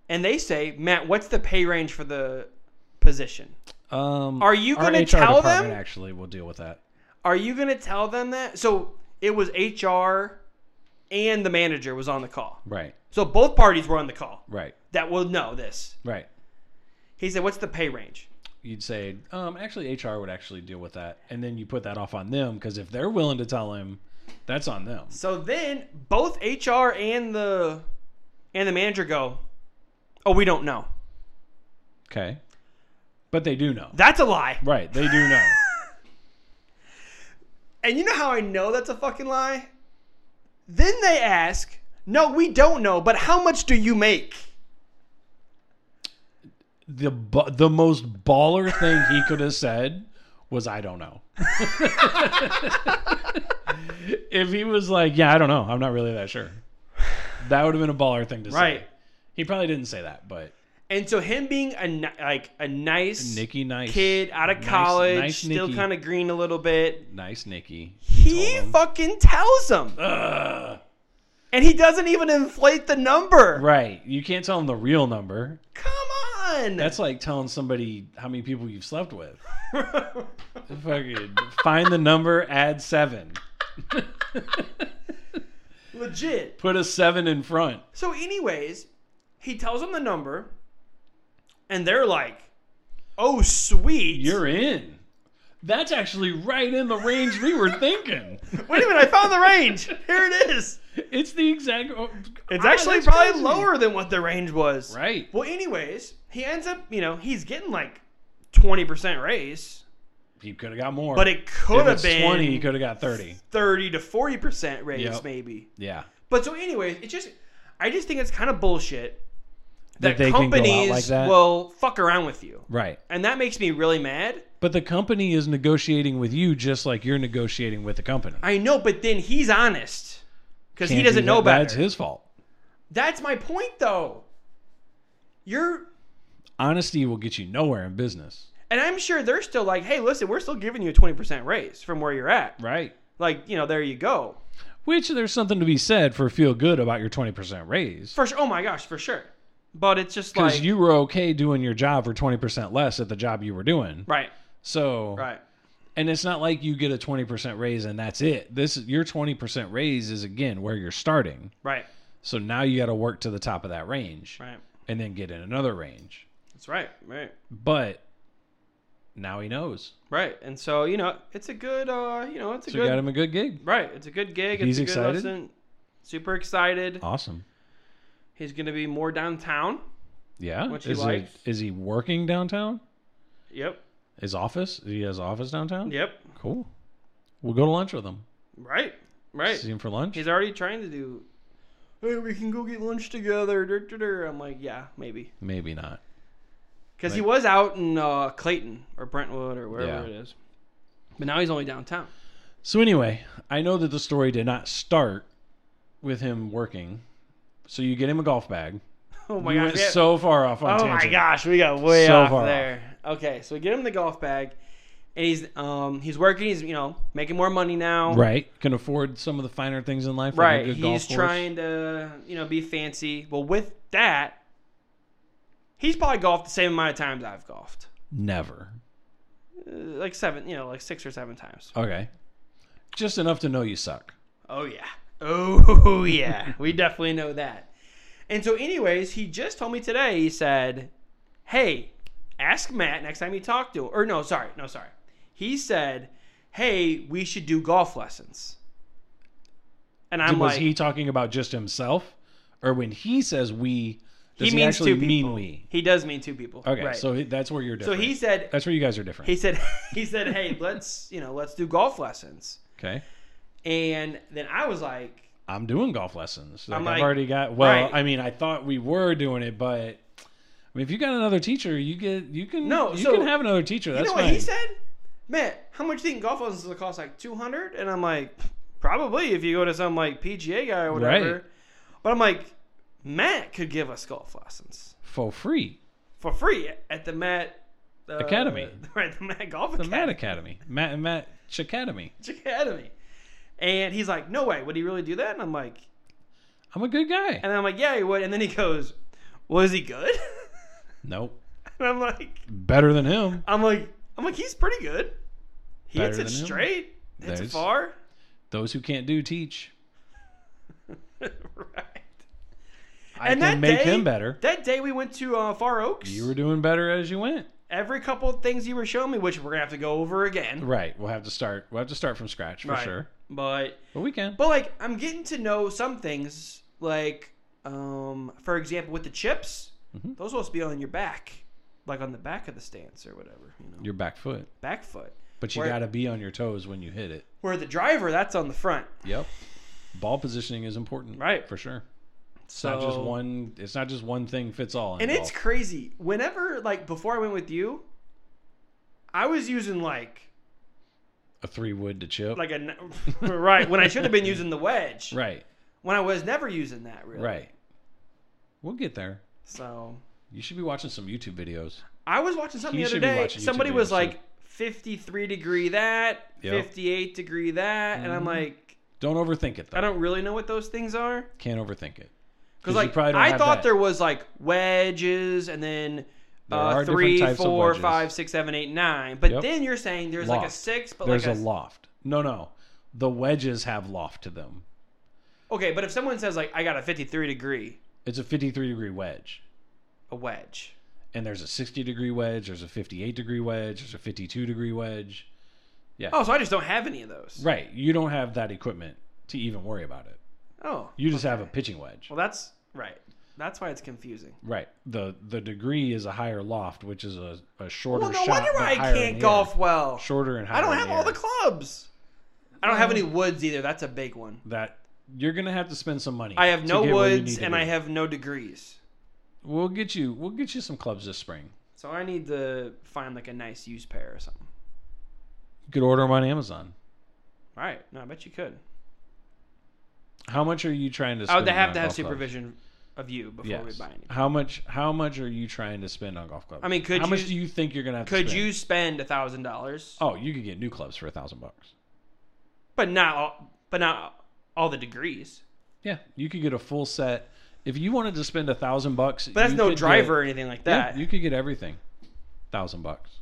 A: And they say, "Matt, what's the pay range for the position?"
B: Um,
A: Are you
B: our
A: gonna
B: HR
A: tell
B: department
A: them?
B: Actually, will deal with that.
A: Are you going to tell them that? So it was HR and the manager was on the call.
B: Right,
A: So both parties were on the call
B: right,
A: that will know this.
B: right.
A: He said, "What's the pay range?"
B: You'd say, um, actually, HR would actually deal with that, and then you put that off on them because if they're willing to tell him, that's on them.
A: So then both HR and the and the manager go, "Oh, we don't know."
B: Okay, but they do know.
A: That's a lie.
B: Right, they do know.
A: And you know how I know that's a fucking lie? Then they ask, "No, we don't know, but how much do you make?"
B: the ba- the most baller thing he could have said was, "I don't know." if he was like, "Yeah, I don't know. I'm not really that sure," that would have been a baller thing to say.
A: Right.
B: He probably didn't say that, but
A: And so him being a ni- like a nice
B: Nikki, nice
A: kid out of
B: nice-
A: college,
B: nice
A: still
B: Nikki.
A: kind of green a little bit.
B: nice Nikki.
A: He
B: told him.
A: fucking tells him,
B: Ugh.
A: and he doesn't even inflate the number.
B: Right. You can't tell him the real number.
A: Come on,
B: That's like telling somebody how many people you've slept with. Fucking find the number, add seven.
A: legit.
B: Put a seven in front.
A: So, anyways, he tells him the number, and they're like, "Oh, sweet."
B: You're in. That's actually right in the range we were thinking.
A: Wait a minute, I found the range. Here it is.
B: It's the exact. oh,
A: It's
B: ah,
A: actually
B: that's
A: probably
B: crazy.
A: lower than what the range was.
B: Right.
A: Well, anyways, he ends up, you know, he's getting like twenty percent raise,
B: He could have got more.
A: but it
B: If
A: could have
B: it's
A: been
B: twenty. He could have got thirty.
A: thirty to forty percent raise,
B: Yep.
A: maybe.
B: Yeah.
A: But so, anyways, it's just I just think it's kind of bullshit
B: That
A: that,
B: they can go out
A: companies
B: like that?
A: will fuck around with you,
B: Right.
A: and that makes me really mad.
B: But the company is negotiating with you just like you're negotiating with the company.
A: I know, but then he's honest because he
B: Can't
A: doesn't
B: do
A: know
B: that.
A: better.
B: That's his fault.
A: That's my point, though. You're,
B: Honesty will get you nowhere in business.
A: and I'm sure they're still like, hey, listen, we're still giving you a twenty percent raise from where you're at.
B: Right.
A: Like, you know, there you go.
B: Which there's something to be said for feel good about your 20% raise.
A: For sure. Oh my gosh, for sure. But it's just
B: Because
A: like
B: you were okay doing your job for 20% less at the job you were doing.
A: right,
B: So,
A: right,
B: and it's not like you get a 20% raise and that's it. This Your 20% raise is, again, where you're starting.
A: right,
B: So now you got to work to the top of that range
A: right.
B: and then get in another range.
A: That's right, right,
B: But now he knows.
A: right. And so you know, it's a good, uh, you know, it's a
B: So you
A: good,
B: got him a good gig.
A: right. It's a good gig.
B: He's
A: it's a good
B: excited?
A: lesson. Super excited.
B: Awesome.
A: He's gonna be more downtown.
B: Yeah.
A: What you
B: is, he,
A: like.
B: is he working downtown?
A: Yep,
B: His office? He has office downtown?
A: yep.
B: Cool. We'll go to lunch with him.
A: Right, right.
B: See him for lunch.
A: He's already trying to do. Hey, we can go get lunch together. dur, dur, dur." I'm like, yeah, maybe.
B: Maybe not.
A: Because he was out in uh, Clayton or Brentwood or
B: Yeah.
A: wherever it is. But now he's only downtown.
B: So anyway, I know that the story did not start with him working. So you get him a golf bag.
A: Oh my
B: We
A: gosh.
B: went
A: we had-
B: so far off on
A: oh
B: tangent.
A: my gosh, we got way
B: So far
A: off
B: off.
A: there. Okay, so we get him the golf bag, and he's um he's working. He's you know making more money now.
B: Right. Can afford some of the finer things in life. like a
A: Right.
B: good golf
A: He's
B: course.
A: trying to you know be fancy. Well, with that, he's probably golfed the same amount of times I've golfed.
B: Never.
A: Uh, like seven, you know, like six or seven times.
B: Okay. Just enough to know you suck.
A: Oh yeah. Oh yeah. we definitely know that. And so anyways, he just told me today, he said, Hey, ask Matt next time you talk to him. Or no, sorry, no, sorry. He said, Hey, we should do golf lessons. And I'm
B: was
A: like
B: he talking about just himself, or when he says we? Does he,
A: means
B: actually
A: two people.
B: mean we?
A: He does mean two people.
B: Okay,
A: Right.
B: so he- that's where you're
A: so
B: different.
A: he said
B: that's where you guys are different.
A: he said he said, Hey, let's you know, let's do golf lessons.
B: Okay.
A: And then I was like,
B: I'm doing golf lessons. Like,
A: I'm
B: I've
A: like,
B: already got. Well,
A: right.
B: I mean, I thought we were doing it, but I mean, if you got another teacher, you get you can
A: No,
B: you
A: so-
B: can have another teacher.
A: you
B: That's
A: know
B: fine.
A: what he said? Matt, how much do you think golf lessons will cost? Like 200? And I'm like, probably if you go to some like PGA guy or whatever.
B: Right.
A: But I'm like, Matt could give us golf lessons
B: for free.
A: for free at the Matt uh,
B: Academy.
A: Right, the Matt Golf
B: The Matt
A: Academy.
B: Academy, Matt Matt Academy.
A: Academy. And he's like, no way, would he really do that? And I'm like,
B: I'm a good guy.
A: and I'm like, yeah, he would. And then he goes, was he good?
B: Nope,
A: and I'm like,
B: better than him.
A: I'm like, I'm like, he's pretty good. He
B: Better
A: hits it
B: than him.
A: straight. Hits it
B: There's-
A: far.
B: Those who can't do teach.
A: right.
B: I can
A: And that
B: make
A: day-
B: them better.
A: That day we went to uh, Far Oaks.
B: You were doing better as you went.
A: Every couple of things you were showing me, which we're gonna have to go over again.
B: Right. We'll have to start. We'll have to start from scratch for
A: Right.
B: sure.
A: But
B: But we can.
A: but like I'm getting to know some things. Like um, for example, with the chips,
B: Mhm.
A: those are supposed to be on your back, like on the back of the stance or whatever. You know,
B: Your back foot,
A: back foot.
B: but you
A: Where-
B: got to be on your toes when you hit it.
A: Where the driver, that's on the front.
B: Yep. Ball positioning is important.
A: Right.
B: For sure. It's
A: So
B: not just one. It's not just one thing fits all. in
A: And it's
B: golf.
A: crazy. Whenever like before I went with you, I was using like
B: a three wood to chip.
A: like a n- right when I should have been using the wedge.
B: right.
A: When I was never using that really.
B: Right. We'll get there.
A: So
B: You should be watching some YouTube videos.
A: I was watching something
B: You
A: the other
B: should be
A: day.
B: watching YouTube
A: Somebody was
B: videos,
A: like
B: too.
A: 53 degree that,
B: Yep.
A: 58 degree that, and I'm
B: Mhm.
A: like,
B: Don't overthink it though.
A: I don't really know what those things are.
B: Can't overthink it. you
A: Because like
B: probably don't
A: I
B: have
A: thought
B: that.
A: there was like wedges and then
B: There
A: uh,
B: are different
A: three,
B: types of
A: four,
B: wedges.
A: five, six, seven, eight, nine. But
B: Yep.
A: then you're saying there's like a
B: Loft.
A: six, but
B: There's
A: like
B: a
A: a
B: loft. No, no. The wedges have loft to them.
A: okay. But if someone says like I got a 53 degree
B: It's a 53 degree wedge.
A: a wedge,
B: And there's a 60 degree wedge, there's a 58 degree wedge, there's a 52 degree wedge.
A: oh, so I just don't have any of those.
B: Right. You don't have that equipment to even worry about it.
A: Oh,
B: You just have a pitching wedge.
A: well that's right. That's why it's confusing.
B: Right. The the degree is a higher loft, which is a, a shorter
A: Well, no
B: shot.
A: wonder
B: but
A: why I
B: higher in
A: can't
B: the
A: golf
B: air.
A: well.
B: Shorter and higher.
A: I don't
B: in
A: have all
B: air.
A: the clubs. I don't have any woods either. That's a big one.
B: that you're gonna have to spend some money.
A: I have
B: to
A: no
B: get where you need
A: woods
B: to
A: and
B: be.
A: I have no degrees.
B: We'll get you. We'll get you some clubs this spring.
A: So I need to find like a nice used pair or something.
B: You could order them on Amazon.
A: Right. No, I bet you could.
B: How much are you trying to? spend
A: I would have
B: on
A: to have
B: golf clubs?
A: supervision of you before we
B: Yes.
A: buy anything.
B: How much? How much are you trying to spend on golf clubs?
A: I mean, could
B: how much
A: you-
B: do you think you're gonna have?
A: Could
B: to spend?
A: you spend a thousand dollars?
B: Oh, you could get new clubs for a thousand bucks.
A: But not all but not all the degrees.
B: Yeah, you could get a full set. If you wanted to spend a thousand bucks,
A: But that's
B: you
A: no
B: could
A: driver or anything like
B: Get, yeah,
A: that.
B: you could get everything. Thousand bucks.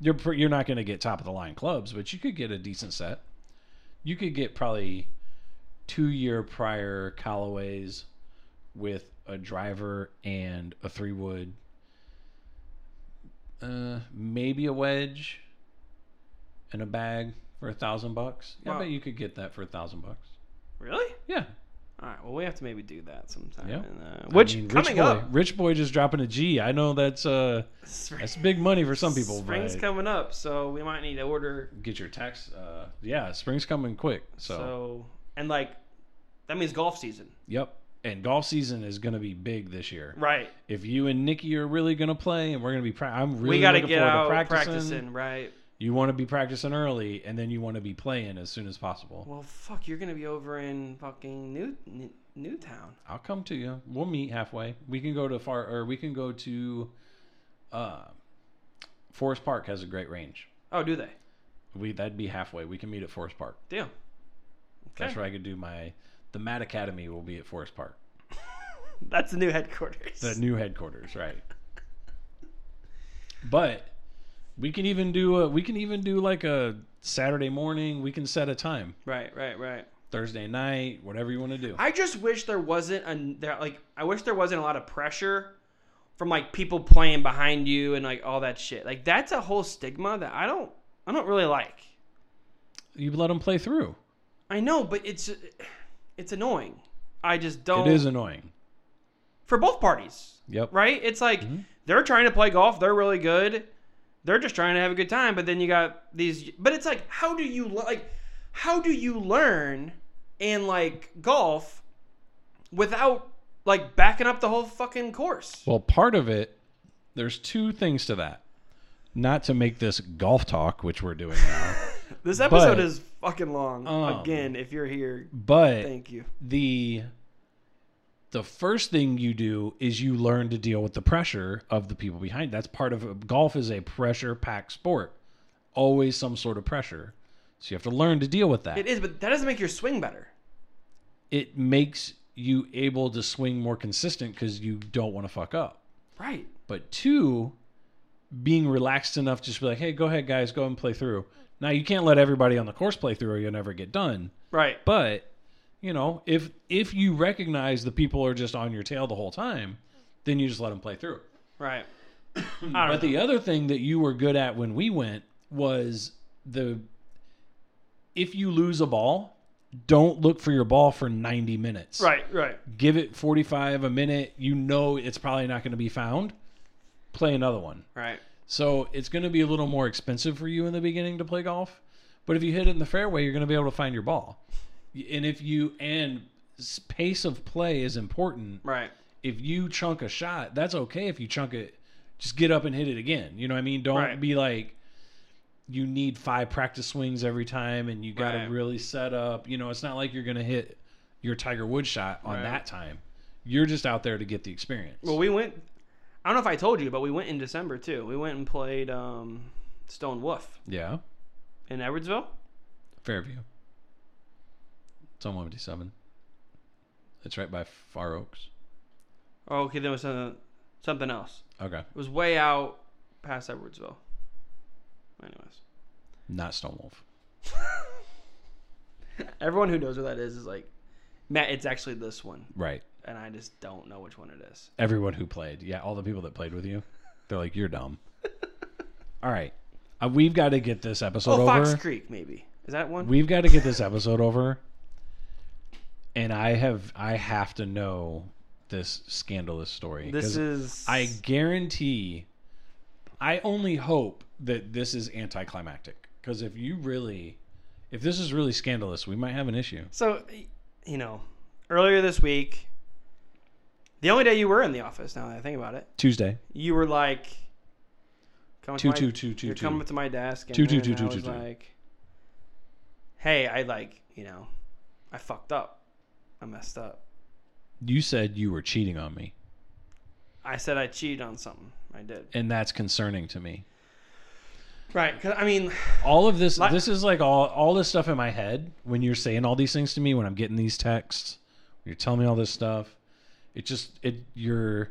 B: You're pr- you're not gonna get top of the line clubs, but you could get a decent set. You could get probably two year prior Callaways with a driver and a three wood. Uh, maybe a wedge and a bag for a thousand bucks. Yeah, I
A: Wow.
B: bet you could get that for a thousand bucks.
A: Really?
B: Yeah,
A: All right. Well, we have to maybe do that sometime.
B: Yeah.
A: And, uh,
B: I
A: which
B: mean,
A: coming
B: Rich boy,
A: up,
B: Rich boy just dropping a G. I know that's uh
A: spring-
B: that's big money for some people.
A: Spring's
B: but
A: coming up, so we might need to order
B: get your tax. Uh, yeah, spring's coming quick. So,
A: So. and like that means golf season,
B: yep. And golf season is going to be big this year.
A: right?
B: If you and Nikki are really going to play, and we're going to be, pra- I'm really
A: we got to
B: looking
A: get
B: forward
A: out
B: to practicing.
A: practicing. right?
B: You want to be practicing early, and then you want to be playing as soon as possible.
A: Well, fuck, you're gonna be over in fucking New New Newtown.
B: I'll come to you. We'll meet halfway. We can go to far, or we can go to, uh, Forest Park has a great range.
A: Oh, do they?
B: We that'd be halfway. We can meet at Forest Park.
A: Damn.
B: That's
A: Okay.
B: where I could do my. The Matt Academy will be at Forest Park.
A: That's the new headquarters.
B: The new headquarters, right? But we can even do a we can even do like a Saturday morning. We can set a time
A: right, right, right.
B: Thursday night, whatever you want to do.
A: I just wish there wasn't a there like I wish there wasn't a lot of pressure from like people playing behind you and like all that shit. Like that's a whole stigma that I don't I don't really like.
B: You let them play through.
A: I know, but it's it's annoying. I just don't.
B: It is annoying.
A: for both parties.
B: Yep.
A: right? It's like
B: Mm-hmm.
A: they're trying to play golf. They're really good. They're just trying to have a good time. But then you got these. But it's like, how do you li- like? how do you learn in like golf without like backing up the whole fucking course?
B: Well, part of it, there's two things to that. Not to make this golf talk, which we're doing now,
A: This episode
B: but-
A: is fucking long.
B: Um,
A: Again, if you're here,
B: but
A: thank you.
B: the the first thing you do is you learn to deal with the pressure of the people behind. That's part of golf is a pressure packed sport. Always some sort of pressure. So you have to learn to deal with that.
A: It is, but that doesn't make your swing better.
B: it makes you able to swing more consistent because you don't want to fuck up.
A: Right.
B: But two, being relaxed enough to just be like, hey, go ahead, guys, go and play through. Now you can't let everybody on the course play through or you'll never get done.
A: Right.
B: But you know, if if you recognize the people are just on your tail the whole time, then you just let them play through.
A: Right.
B: But the other thing that you were good at when we went was the if you lose a ball, don't look for your ball for 90 minutes.
A: Right, right.
B: Give it 45 a minute. You know it's probably not going to be found. Play another one.
A: Right.
B: So it's going to be a little more expensive for you in the beginning to play golf, but if you hit it in the fairway, you're going to be able to find your ball. And if you and s- pace of play is important.
A: Right.
B: If you chunk a shot, that's okay. If you chunk it, just get up and hit it again. You know what I mean? Don't
A: Right.
B: be like you need five practice swings every time and you got to
A: Right.
B: really set up. You know, it's not like you're going to hit your Tiger Woods shot on
A: Right.
B: that time. You're just out there to get the experience.
A: Well, we went. I don't know if I told you, but we went in December too. We went and played um, Stone Wolf
B: yeah.
A: in Edwardsville.
B: Fairview. It's on 157. It's right by Far Oaks.
A: Oh, okay, there was uh, something else.
B: Okay.
A: It was way out past Edwardsville. Anyways,
B: Not Stone Wolf.
A: everyone who knows where that is is like, Matt. It's actually this one,
B: Right.
A: and I just don't know which one it is.
B: Everyone who played. Yeah, all the people that played with you. They're like, you're dumb. all right. Uh, we've got to get this episode
A: Oh,
B: over.
A: Fox Creek, maybe. Is that one?
B: We've got to get this episode over. And I have I have to know this scandalous story.
A: this
B: 'cause
A: is.
B: I guarantee. I only hope that this is anticlimactic because if you really, if this is really scandalous, we might have an issue.
A: So, you know, earlier this week, the only day you were in the office. Now that I think about it,
B: Tuesday,
A: you were like, come to
B: two,
A: my-
B: two, two, two,
A: you're
B: two.
A: coming up to my desk and
B: Two, two,
A: then
B: two, two,
A: I was
B: two, two.
A: like, hey, I like, you know, I fucked up. I messed up.
B: You said you were cheating on me,
A: I said I cheated on something. I did.
B: and that's concerning to me.
A: Right. Cause, I mean,
B: All of this,
A: Like-
B: this is like all all this stuff in my head when you're saying all these things to me, when I'm getting these texts, when you're telling me all this stuff. It just it your.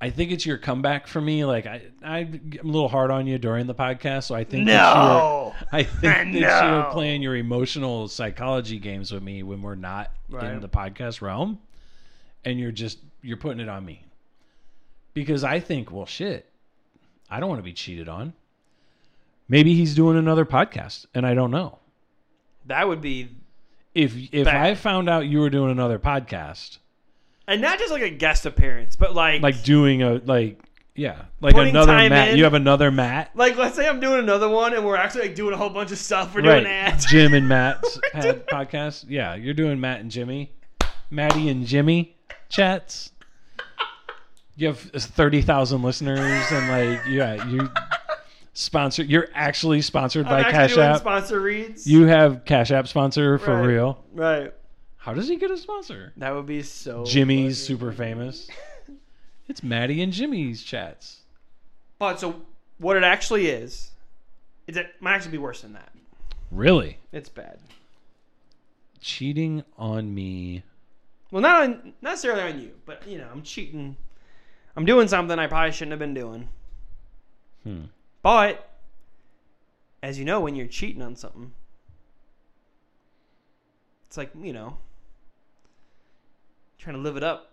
B: I think it's your comeback for me. Like I, I, I'm a little hard on you during the podcast, so I think that you were- I think that you were
A: No.
B: playing your emotional psychology games with me when we're not in
A: Right.
B: the podcast realm, and you're just you're putting it on me because I think, well, shit, I don't want to be cheated on. Maybe he's doing another podcast, and I don't know.
A: that would be,
B: If if
A: Bad.
B: I found out you were doing another podcast,
A: and not just like a guest appearance, but like, like,
B: like doing a like yeah, like
A: Putting
B: another
A: time
B: Matt,
A: in.
B: you have another Matt,
A: let's say I'm doing another one and we're actually like doing a whole bunch of stuff. We're doing ads.
B: Jim and Matt's had podcast. Yeah, you're doing Matt and Jimmy, Maddie and Jimmy chats. You have thirty thousand listeners, and like, yeah, you sponsor. You're actually sponsored by
A: I'm actually
B: Cash
A: doing
B: App.
A: sponsor reads.
B: you have Cash App sponsor for
A: Right.
B: real.
A: right.
B: How does he get a sponsor?
A: That would be so.
B: Jimmy's
A: funny.
B: super famous. It's Maddie and Jimmy's chats.
A: But so what it actually is, is it might actually be worse than that.
B: Really
A: It's bad.
B: cheating on me.
A: Well, not on not necessarily on you, but you know, I'm cheating. I'm doing something I probably shouldn't have been doing.
B: Hmm.
A: But as you know, when you're cheating on something, it's like you know, trying to live it up.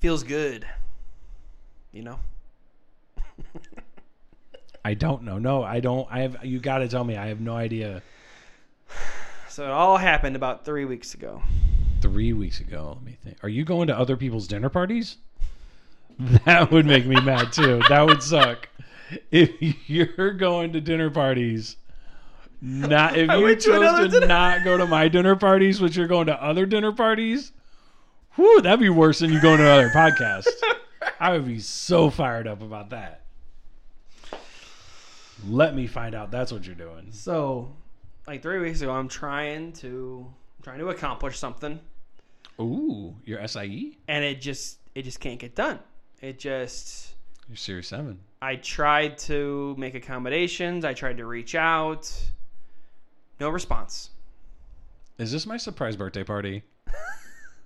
A: Feels good. You know.
B: I don't know. No, I don't. I have. You got to tell me. I have no idea.
A: So it all happened about three weeks ago.
B: three weeks ago. Let me think. Are you going to other people's dinner parties? That would make me mad too. That would suck. If you're going to dinner parties Not if
A: I
B: you
A: went to another
B: chose to
A: dinner-
B: not go to my dinner parties, which you're going to other dinner parties. Whew, that'd be worse than you going to another podcast. I would be so fired up about that. Let me find out that's what you're doing.
A: So, like three weeks ago, I'm trying to trying to accomplish something,
B: Ooh, your SIE?
A: and it just it just can't get done. It just
B: Your Series 7.
A: I tried to make accommodations. I tried to reach out. No response.
B: Is this my surprise birthday party?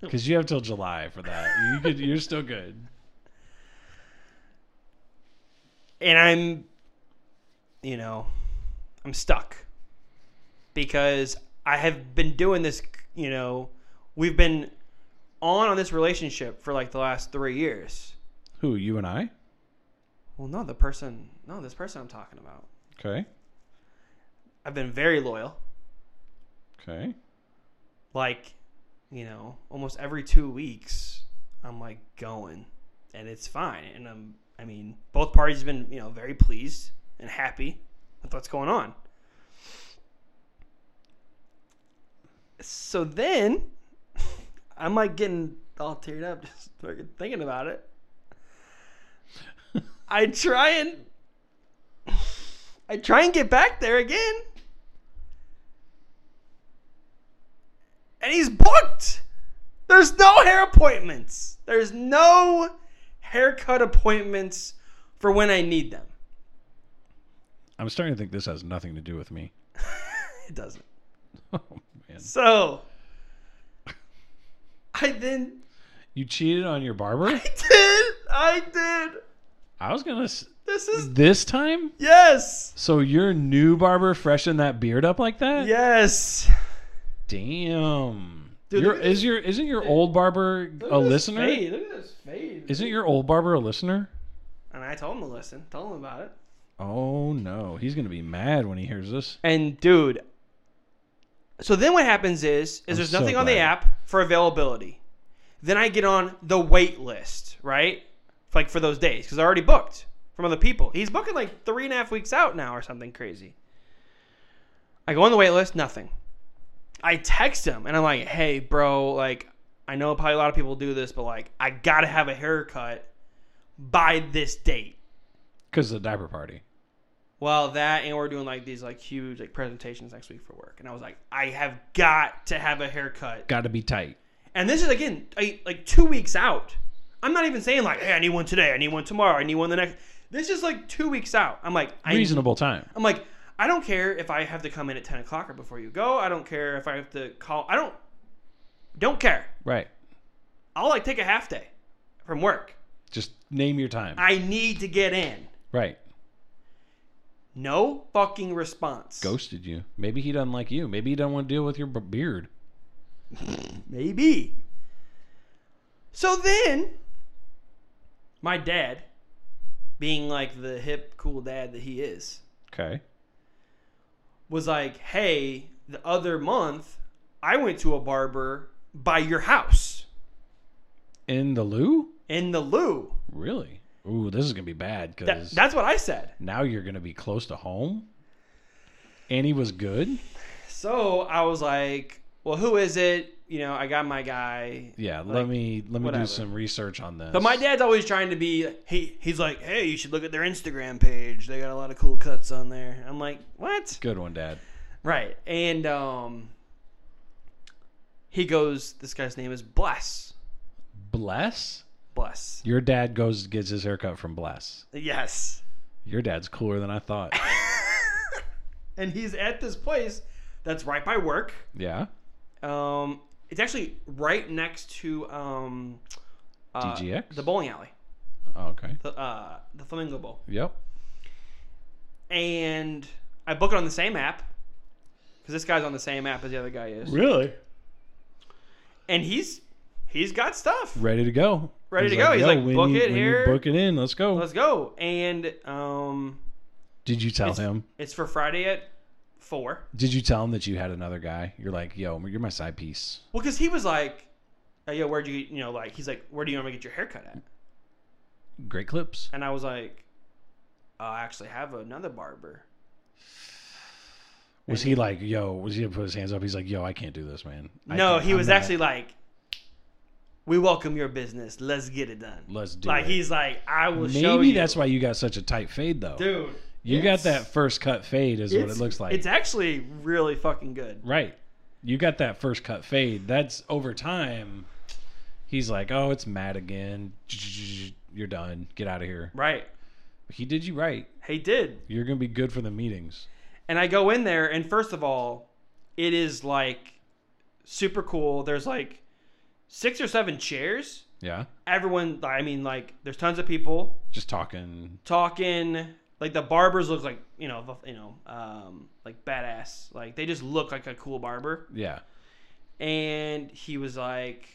B: Because you have till July for that. You could, you're still good.
A: and I'm, you know, I'm stuck because I have been doing this. You know, we've been on on this relationship for like the last three years.
B: Who, you and I?
A: Well, no, the person, no, this person I'm talking about.
B: Okay.
A: I've been very loyal,
B: Okay.
A: like, you know, almost every two weeks, I'm like going, and it's fine. And I'm, I mean, both parties have been, you know, very pleased and happy with what's going on. So then, I'm like getting all teared up just fucking thinking about it. I try and I try and get back there again. And he's booked. There's no hair appointments. There's no haircut appointments for when I need them.
B: I'm starting to think this has nothing to do with me.
A: It doesn't.
B: Oh, man.
A: So I then
B: You cheated on your barber?
A: I did. I did.
B: I was gonna. S-
A: This is
B: this time?
A: yes.
B: So your new barber freshened that beard up like that?
A: Yes.
B: Damn.
A: Dude,
B: your,
A: look at
B: is your isn't your old barber
A: Look
B: a
A: at this
B: listener?
A: Fade. Look at this fade.
B: Isn't your old barber a listener?
A: and I told him to listen. Told him about it.
B: Oh no, he's gonna be mad when he hears this.
A: And dude, so then what happens is is there's
B: so
A: nothing on the
B: glad.
A: app for availability. Then I get on the wait list, right? Like for those days because I already booked from other people. He's booking like three and a half weeks out now or something crazy. I go on the wait list, nothing. I text him and I'm like, "Hey, bro, like I know probably a lot of people do this, but like I gotta have a haircut by this date."
B: Because of the diaper party.
A: well that and we're doing like these like huge like presentations next week for work and i was like i have got to have a haircut
B: Gotta be tight.
A: and this is again I, like two weeks out i'm not even saying like hey i need one today i need one tomorrow i need one the next this is like two weeks out i'm like I,
B: Reasonable time.
A: i'm like i don't care if i have to come in at 10 o'clock or before you go i don't care if i have to call i don't don't care
B: Right.
A: i'll like take a half day from work
B: Just name your time.
A: i need to get in
B: right.
A: no fucking response
B: Ghosted you. Maybe he doesn't like you. Maybe he doesn't want to deal with your b- beard.
A: Maybe. So then, my dad, being like the hip, cool dad that he is,
B: Okay.
A: was like, hey, the other month, I went to a barber by your house
B: In the loo?
A: in the loo.
B: Really? Ooh, this is gonna be bad
A: That,
B: because
A: that's what I said.
B: now you're gonna be close to home. And he was good.
A: So I was like, well, who is it? You know, I got my guy.
B: Yeah,
A: Like,
B: let me let me
A: whatever.
B: do some research on this.
A: But my dad's always trying to be he he's like, "Hey, you should look at their Instagram page. They got a lot of cool cuts on there." I'm like, "What?"
B: good one, Dad.
A: Right. And um he goes this guy's name is Bless.
B: Bless.
A: Bless.
B: Your dad goes gets his haircut from Bless.
A: Yes.
B: Your dad's cooler than I thought.
A: And he's at this place that's right by work.
B: yeah.
A: Um it's actually right next to um uh,
B: DGX?
A: the bowling alley,
B: Oh, okay.
A: the uh the Flamingo Bowl.
B: Yep.
A: And I book it on the same app cuz this guy's on the same app as the other guy is.
B: Really?
A: And he's he's got stuff.
B: Ready to go.
A: Ready to go. He's
B: "Yo,
A: like,
B: when
A: book
B: you-
A: it
B: when you
A: here."
B: book it in. Let's go.
A: Let's go. And um
B: Did you tell
A: It's-
B: him?
A: it's for Friday at 4.
B: Did you tell him that you had another guy? You're like, yo, you're my side piece.
A: Well, because he was like, "Hey, yo, where'd you, you know, like, he's like, where do you want me to get your haircut at?
B: Great clips.
A: And I "Uh, was like, I actually have another barber.
B: Was he like, yo, was he put his hands up? He's like, yo, I can't do this, man. I
A: no,
B: can't-
A: he
B: I'm
A: was
B: not-
A: actually like, "We welcome your business. Let's get it done."
B: Let's do
A: like
B: it.
A: he's like, "I will show you."
B: Maybe that's why you got such a tight fade, though.
A: dude.
B: you
A: it's-
B: got that first cut fade, is what it
A: it's-
B: looks like.
A: It's actually really fucking good.
B: right. You got that first cut fade. That's over time. He's like, oh, it's Matt again. You're done. Get out of here.
A: Right.
B: He did you right.
A: He did.
B: You're gonna be good for the meetings.
A: And I go in there, and first of all, it is like super cool. There's like six or seven chairs.
B: Yeah.
A: Everyone, I mean, like, there's tons of people.
B: Just talking.
A: talking. Like the barbers look like you know the- you know um, like badass. Like they just look like a cool barber.
B: Yeah.
A: And he was like,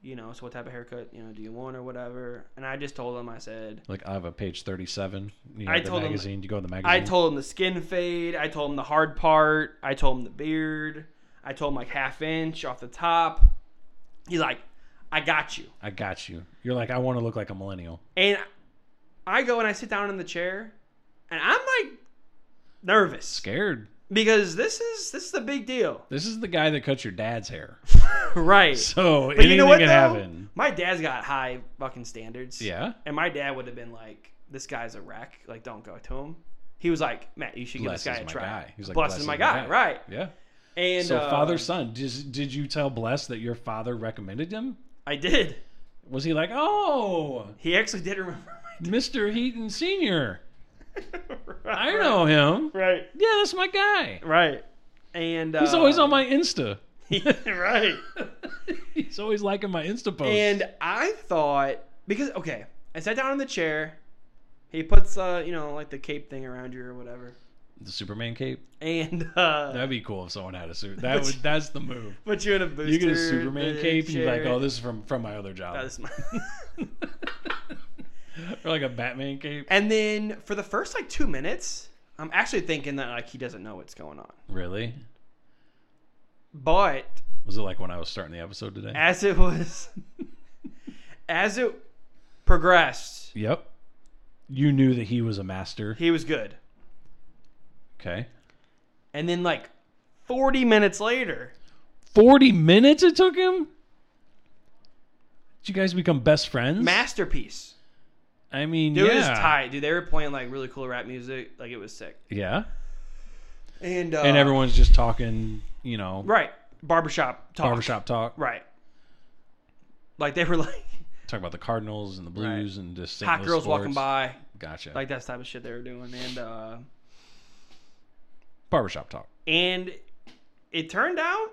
A: you know, so what type of haircut you know do you want or whatever? And I just told him I said
B: Like I have a page thirty-seven. You
A: I
B: the
A: told him-
B: magazine. you go to the magazine.
A: I told him the skin fade. I told him the hard part. I told him the beard. I told him like half inch off the top. He's like, I got you.
B: I got you. You're like, I want to look like a millennial.
A: And I go and I sit down in the chair, and I'm like nervous.
B: Scared.
A: because this is this is the big deal,
B: This is the guy that cuts your dad's hair.
A: right?
B: So
A: But
B: anything
A: you know what?
B: can
A: though?
B: happen.
A: My dad's got high fucking standards.
B: Yeah.
A: and my dad would have been like, "This guy's a wreck. Like, don't go to him." He was like, "Matt, you should give
B: Bless
A: this guy
B: is
A: a
B: my
A: try."
B: guy. He's like,
A: Bless is my guy, right?
B: Yeah.
A: And
B: so
A: uh,
B: father son, did, did you tell Bless that your father recommended him?
A: I did.
B: Was he like, oh,
A: He actually did remember.
B: Mr. Heaton Senior?
A: right,
B: I know him.
A: Right,
B: Yeah, that's my guy.
A: right. And uh,
B: He's always on my Insta.
A: right.
B: He's always liking my Insta posts.
A: And I thought because okay, I sat down in the chair. He puts uh, you know, like the cape thing around you or whatever.
B: the Superman cape.
A: And uh
B: That'd be cool if someone had a suit. That would. That's the move.
A: put you in a booster.
B: You get a Superman
A: the
B: cape, and you're like,
A: chair.
B: "Oh, this is from from my other job,"
A: Oh, this is my-
B: or like a Batman cape.
A: and then for the first like two minutes, I'm actually thinking that like he doesn't know what's going on.
B: Really?
A: But
B: Was it like when I was starting the episode today?
A: as it was, as it progressed,
B: yep. You knew that he was a master.
A: he was good.
B: Okay.
A: And then like 40 minutes later,
B: Forty minutes it took him. Did you guys become best friends?
A: masterpiece.
B: I mean,
A: Dude, it was
B: yeah,
A: tight. Dude, they were playing like really cool rap music. Like it was sick.
B: yeah,
A: Uh, And uh,
B: and everyone's just talking, you know,
A: right barbershop talk.
B: barbershop talk,
A: right. Like they were like
B: talk about the Cardinals and the Blues and just St.
A: hot
B: Louis
A: girls
B: sports.
A: walking by.
B: Gotcha.
A: like that's the type of shit they were doing and uh
B: barbershop talk.
A: and it turned out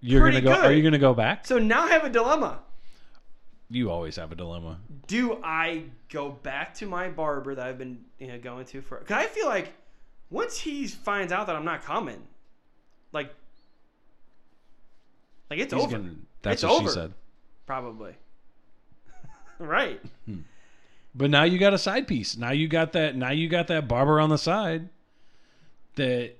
B: You're
A: Pretty
B: gonna go. Are
A: good.
B: you gonna go back?
A: so now i have a dilemma
B: You always have a dilemma.
A: do i go back to my barber that i've been you know going to for because i feel like once he finds out that i'm not coming like like it's
B: He's
A: over
B: gonna- that's
A: It's
B: what
A: over.
B: she said.
A: probably right
B: But now you got a side piece. Now you got that. Now you got that barber on the side. That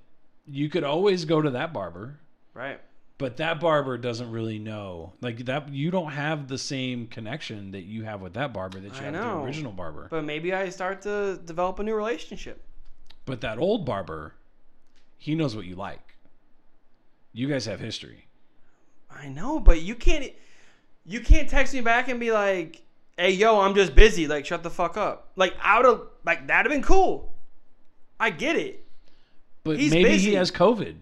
B: you could always go to that barber,
A: right
B: but that barber doesn't really know. Like that, you don't have the same connection that you have with that barber that you
A: I
B: have with
A: know.
B: the original barber. But,
A: but maybe i start to develop a new relationship
B: that old barber, he knows what you like. You guys have history.
A: i know but you can't you can't text me back and be like hey yo i'm just busy like shut the fuck up like i would have like that'd have been cool i get it
B: But
A: He's
B: maybe
A: busy.
B: he has COVID.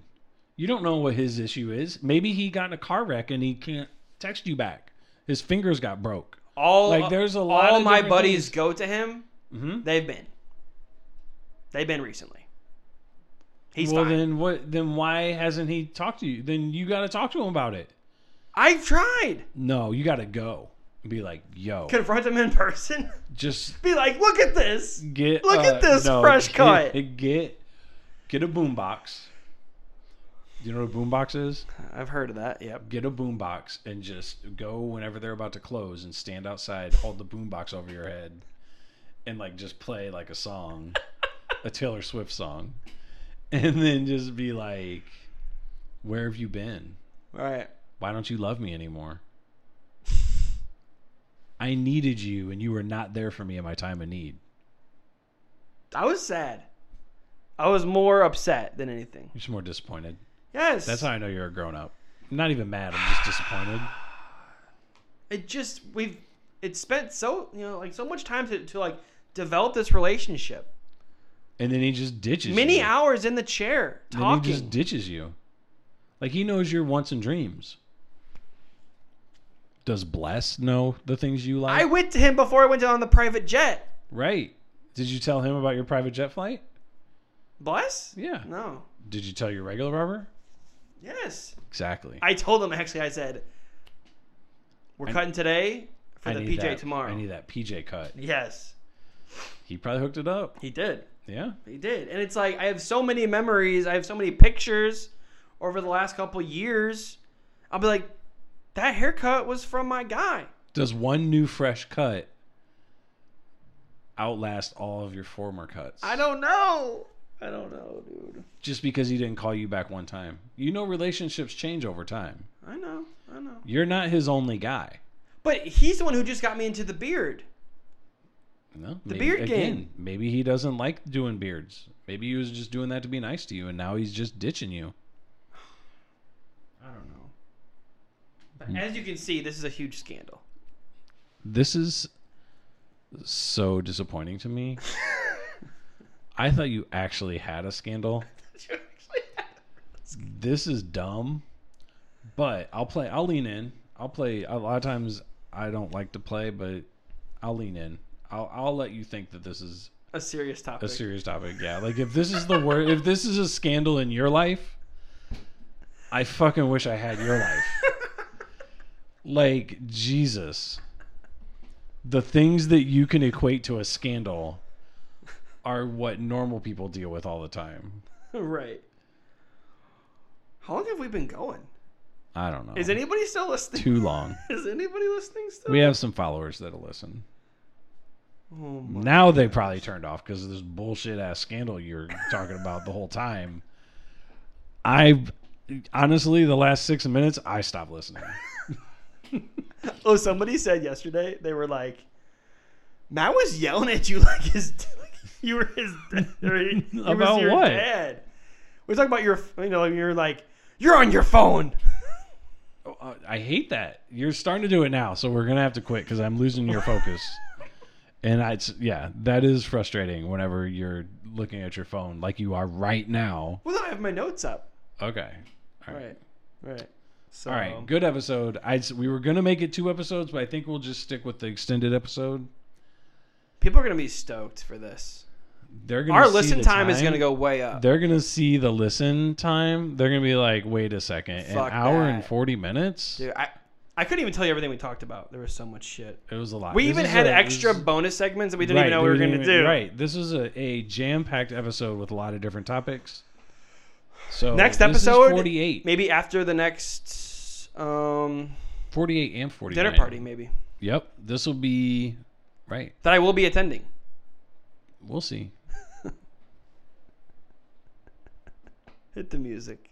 B: You don't know what his issue is. Maybe he got in a car wreck and he can't text you back. His fingers got broke.
A: all
B: Like, there's a lot
A: all
B: of
A: my
B: different
A: buddies
B: things.
A: go to him
B: Mm-hmm.
A: they've been they've been recently he's
B: well,
A: fine
B: then what? Then why hasn't he talked to you? Then you got to talk to him about it.
A: i've tried
B: No, you got to go and be like, "Yo,
A: confront him in person
B: just
A: be like look at this
B: get
A: Look at
B: uh,
A: this fresh
B: get-
A: cut."
B: Get get a boombox. You know what a boombox is?
A: i've heard of that yep
B: Get a boombox and just go whenever they're about to close and stand outside, hold the boombox over your head, and like just play like a song, a Taylor Swift song, and then just be like, "Where have you been?"
A: right
B: Why don't you love me anymore? I needed you and you were not there for me in my time of need.
A: i was sad I was more upset than anything.
B: You're just more disappointed.
A: Yes.
B: That's how I know you're a grown up. I'm not even mad. I'm just disappointed.
A: it just we've it spent so you know like so much time to, to like develop this relationship.
B: And then he just ditches
A: Many
B: you.
A: hours in the chair
B: Then he
A: talking.
B: just ditches you. Like he knows your wants and dreams. Does Bless know the things you like?
A: I went to him before I went on the private jet.
B: right. Did you tell him about your private jet flight?
A: Bless?
B: Yeah.
A: No.
B: Did you tell your regular barber?
A: Yes.
B: Exactly.
A: I told him actually. I said, "We're
B: I-
A: cutting today for
B: I
A: the
B: need
A: PJ
B: that-
A: tomorrow."
B: I need that PJ cut.
A: yes,
B: He probably hooked it up.
A: he did.
B: Yeah.
A: He did, and it's like I have so many memories. I have so many pictures over the last couple years. I'll be like, "That haircut was from my guy."
B: Does one new fresh cut outlast all of your former cuts?
A: I don't know. I don't know, dude.
B: Just because he didn't call you back one time. You know relationships change over time.
A: I know. I know.
B: You're not his only guy.
A: But he's the one who just got me into the beard.
B: No,
A: The
B: maybe-
A: beard
B: again,
A: game.
B: Maybe he doesn't like doing beards. Maybe he was just doing that to be nice to you, and now he's just ditching you.
A: I don't know. But as you can see, this is a huge scandal.
B: This is so disappointing to me. I thought you actually had a scandal. This is dumb, but I'll play. I'll lean in. I'll play. A lot of times I don't like to play, but I'll lean in. I'll I'll let you think that this is
A: a serious topic.
B: a serious topic. Yeah, like if this is the word, if this is a scandal in your life, I fucking wish I had your life. Like Jesus, the things that you can equate to a scandal are what normal people deal with all the time.
A: right. How long have we been going?
B: I don't know.
A: Is anybody still listening?
B: too long?
A: Is anybody listening still?
B: We have some followers that'll listen.
A: oh my.
B: Now they probably turned off because of this bullshit ass scandal you're talking about the whole time. I honestly, the last six minutes, I stopped listening.
A: Oh, somebody said yesterday they were like, Matt was yelling at you like his, like you were his, or he, he was
B: About
A: your
B: what?
A: dad. We're talking about your, you know, you're like, you're on your phone.
B: Oh, uh, I hate that you're starting to do it now, so we're gonna have to quit because I'm losing your focus. and I, it's, yeah, that is frustrating whenever you're looking at your phone like you are right now.
A: Well, then I have my notes up.
B: Okay, Uh-huh. all
A: All
B: right.
A: right, right. So,
B: All right, good episode. I we were gonna make it two episodes, but I think we'll just stick with the extended episode.
A: people are gonna be stoked for this.
B: They're gonna
A: Our
B: see
A: listen
B: the
A: time, is
B: time.
A: gonna go way up.
B: they're gonna see the listen time. They're gonna be like, wait a second, an
A: Fuck
B: hour and
A: that.
B: forty minutes.
A: Dude, I, I couldn't even tell you everything we talked about. There was so much shit.
B: It was a lot.
A: We
B: Uh, This
A: even
B: is
A: had
B: a-
A: extra
B: this is-
A: bonus segments that we didn't even know we were
B: didn't
A: gonna
B: even-
A: do.
B: Right, this was a, a jam-packed episode with a lot of different topics. So
A: Next
B: this is
A: episode,
B: 48,
A: Maybe after the next um,
B: 48 and 49.
A: dinner party, maybe
B: Yep, this will be right.
A: that I will be attending.
B: We'll see.
A: Hit the music.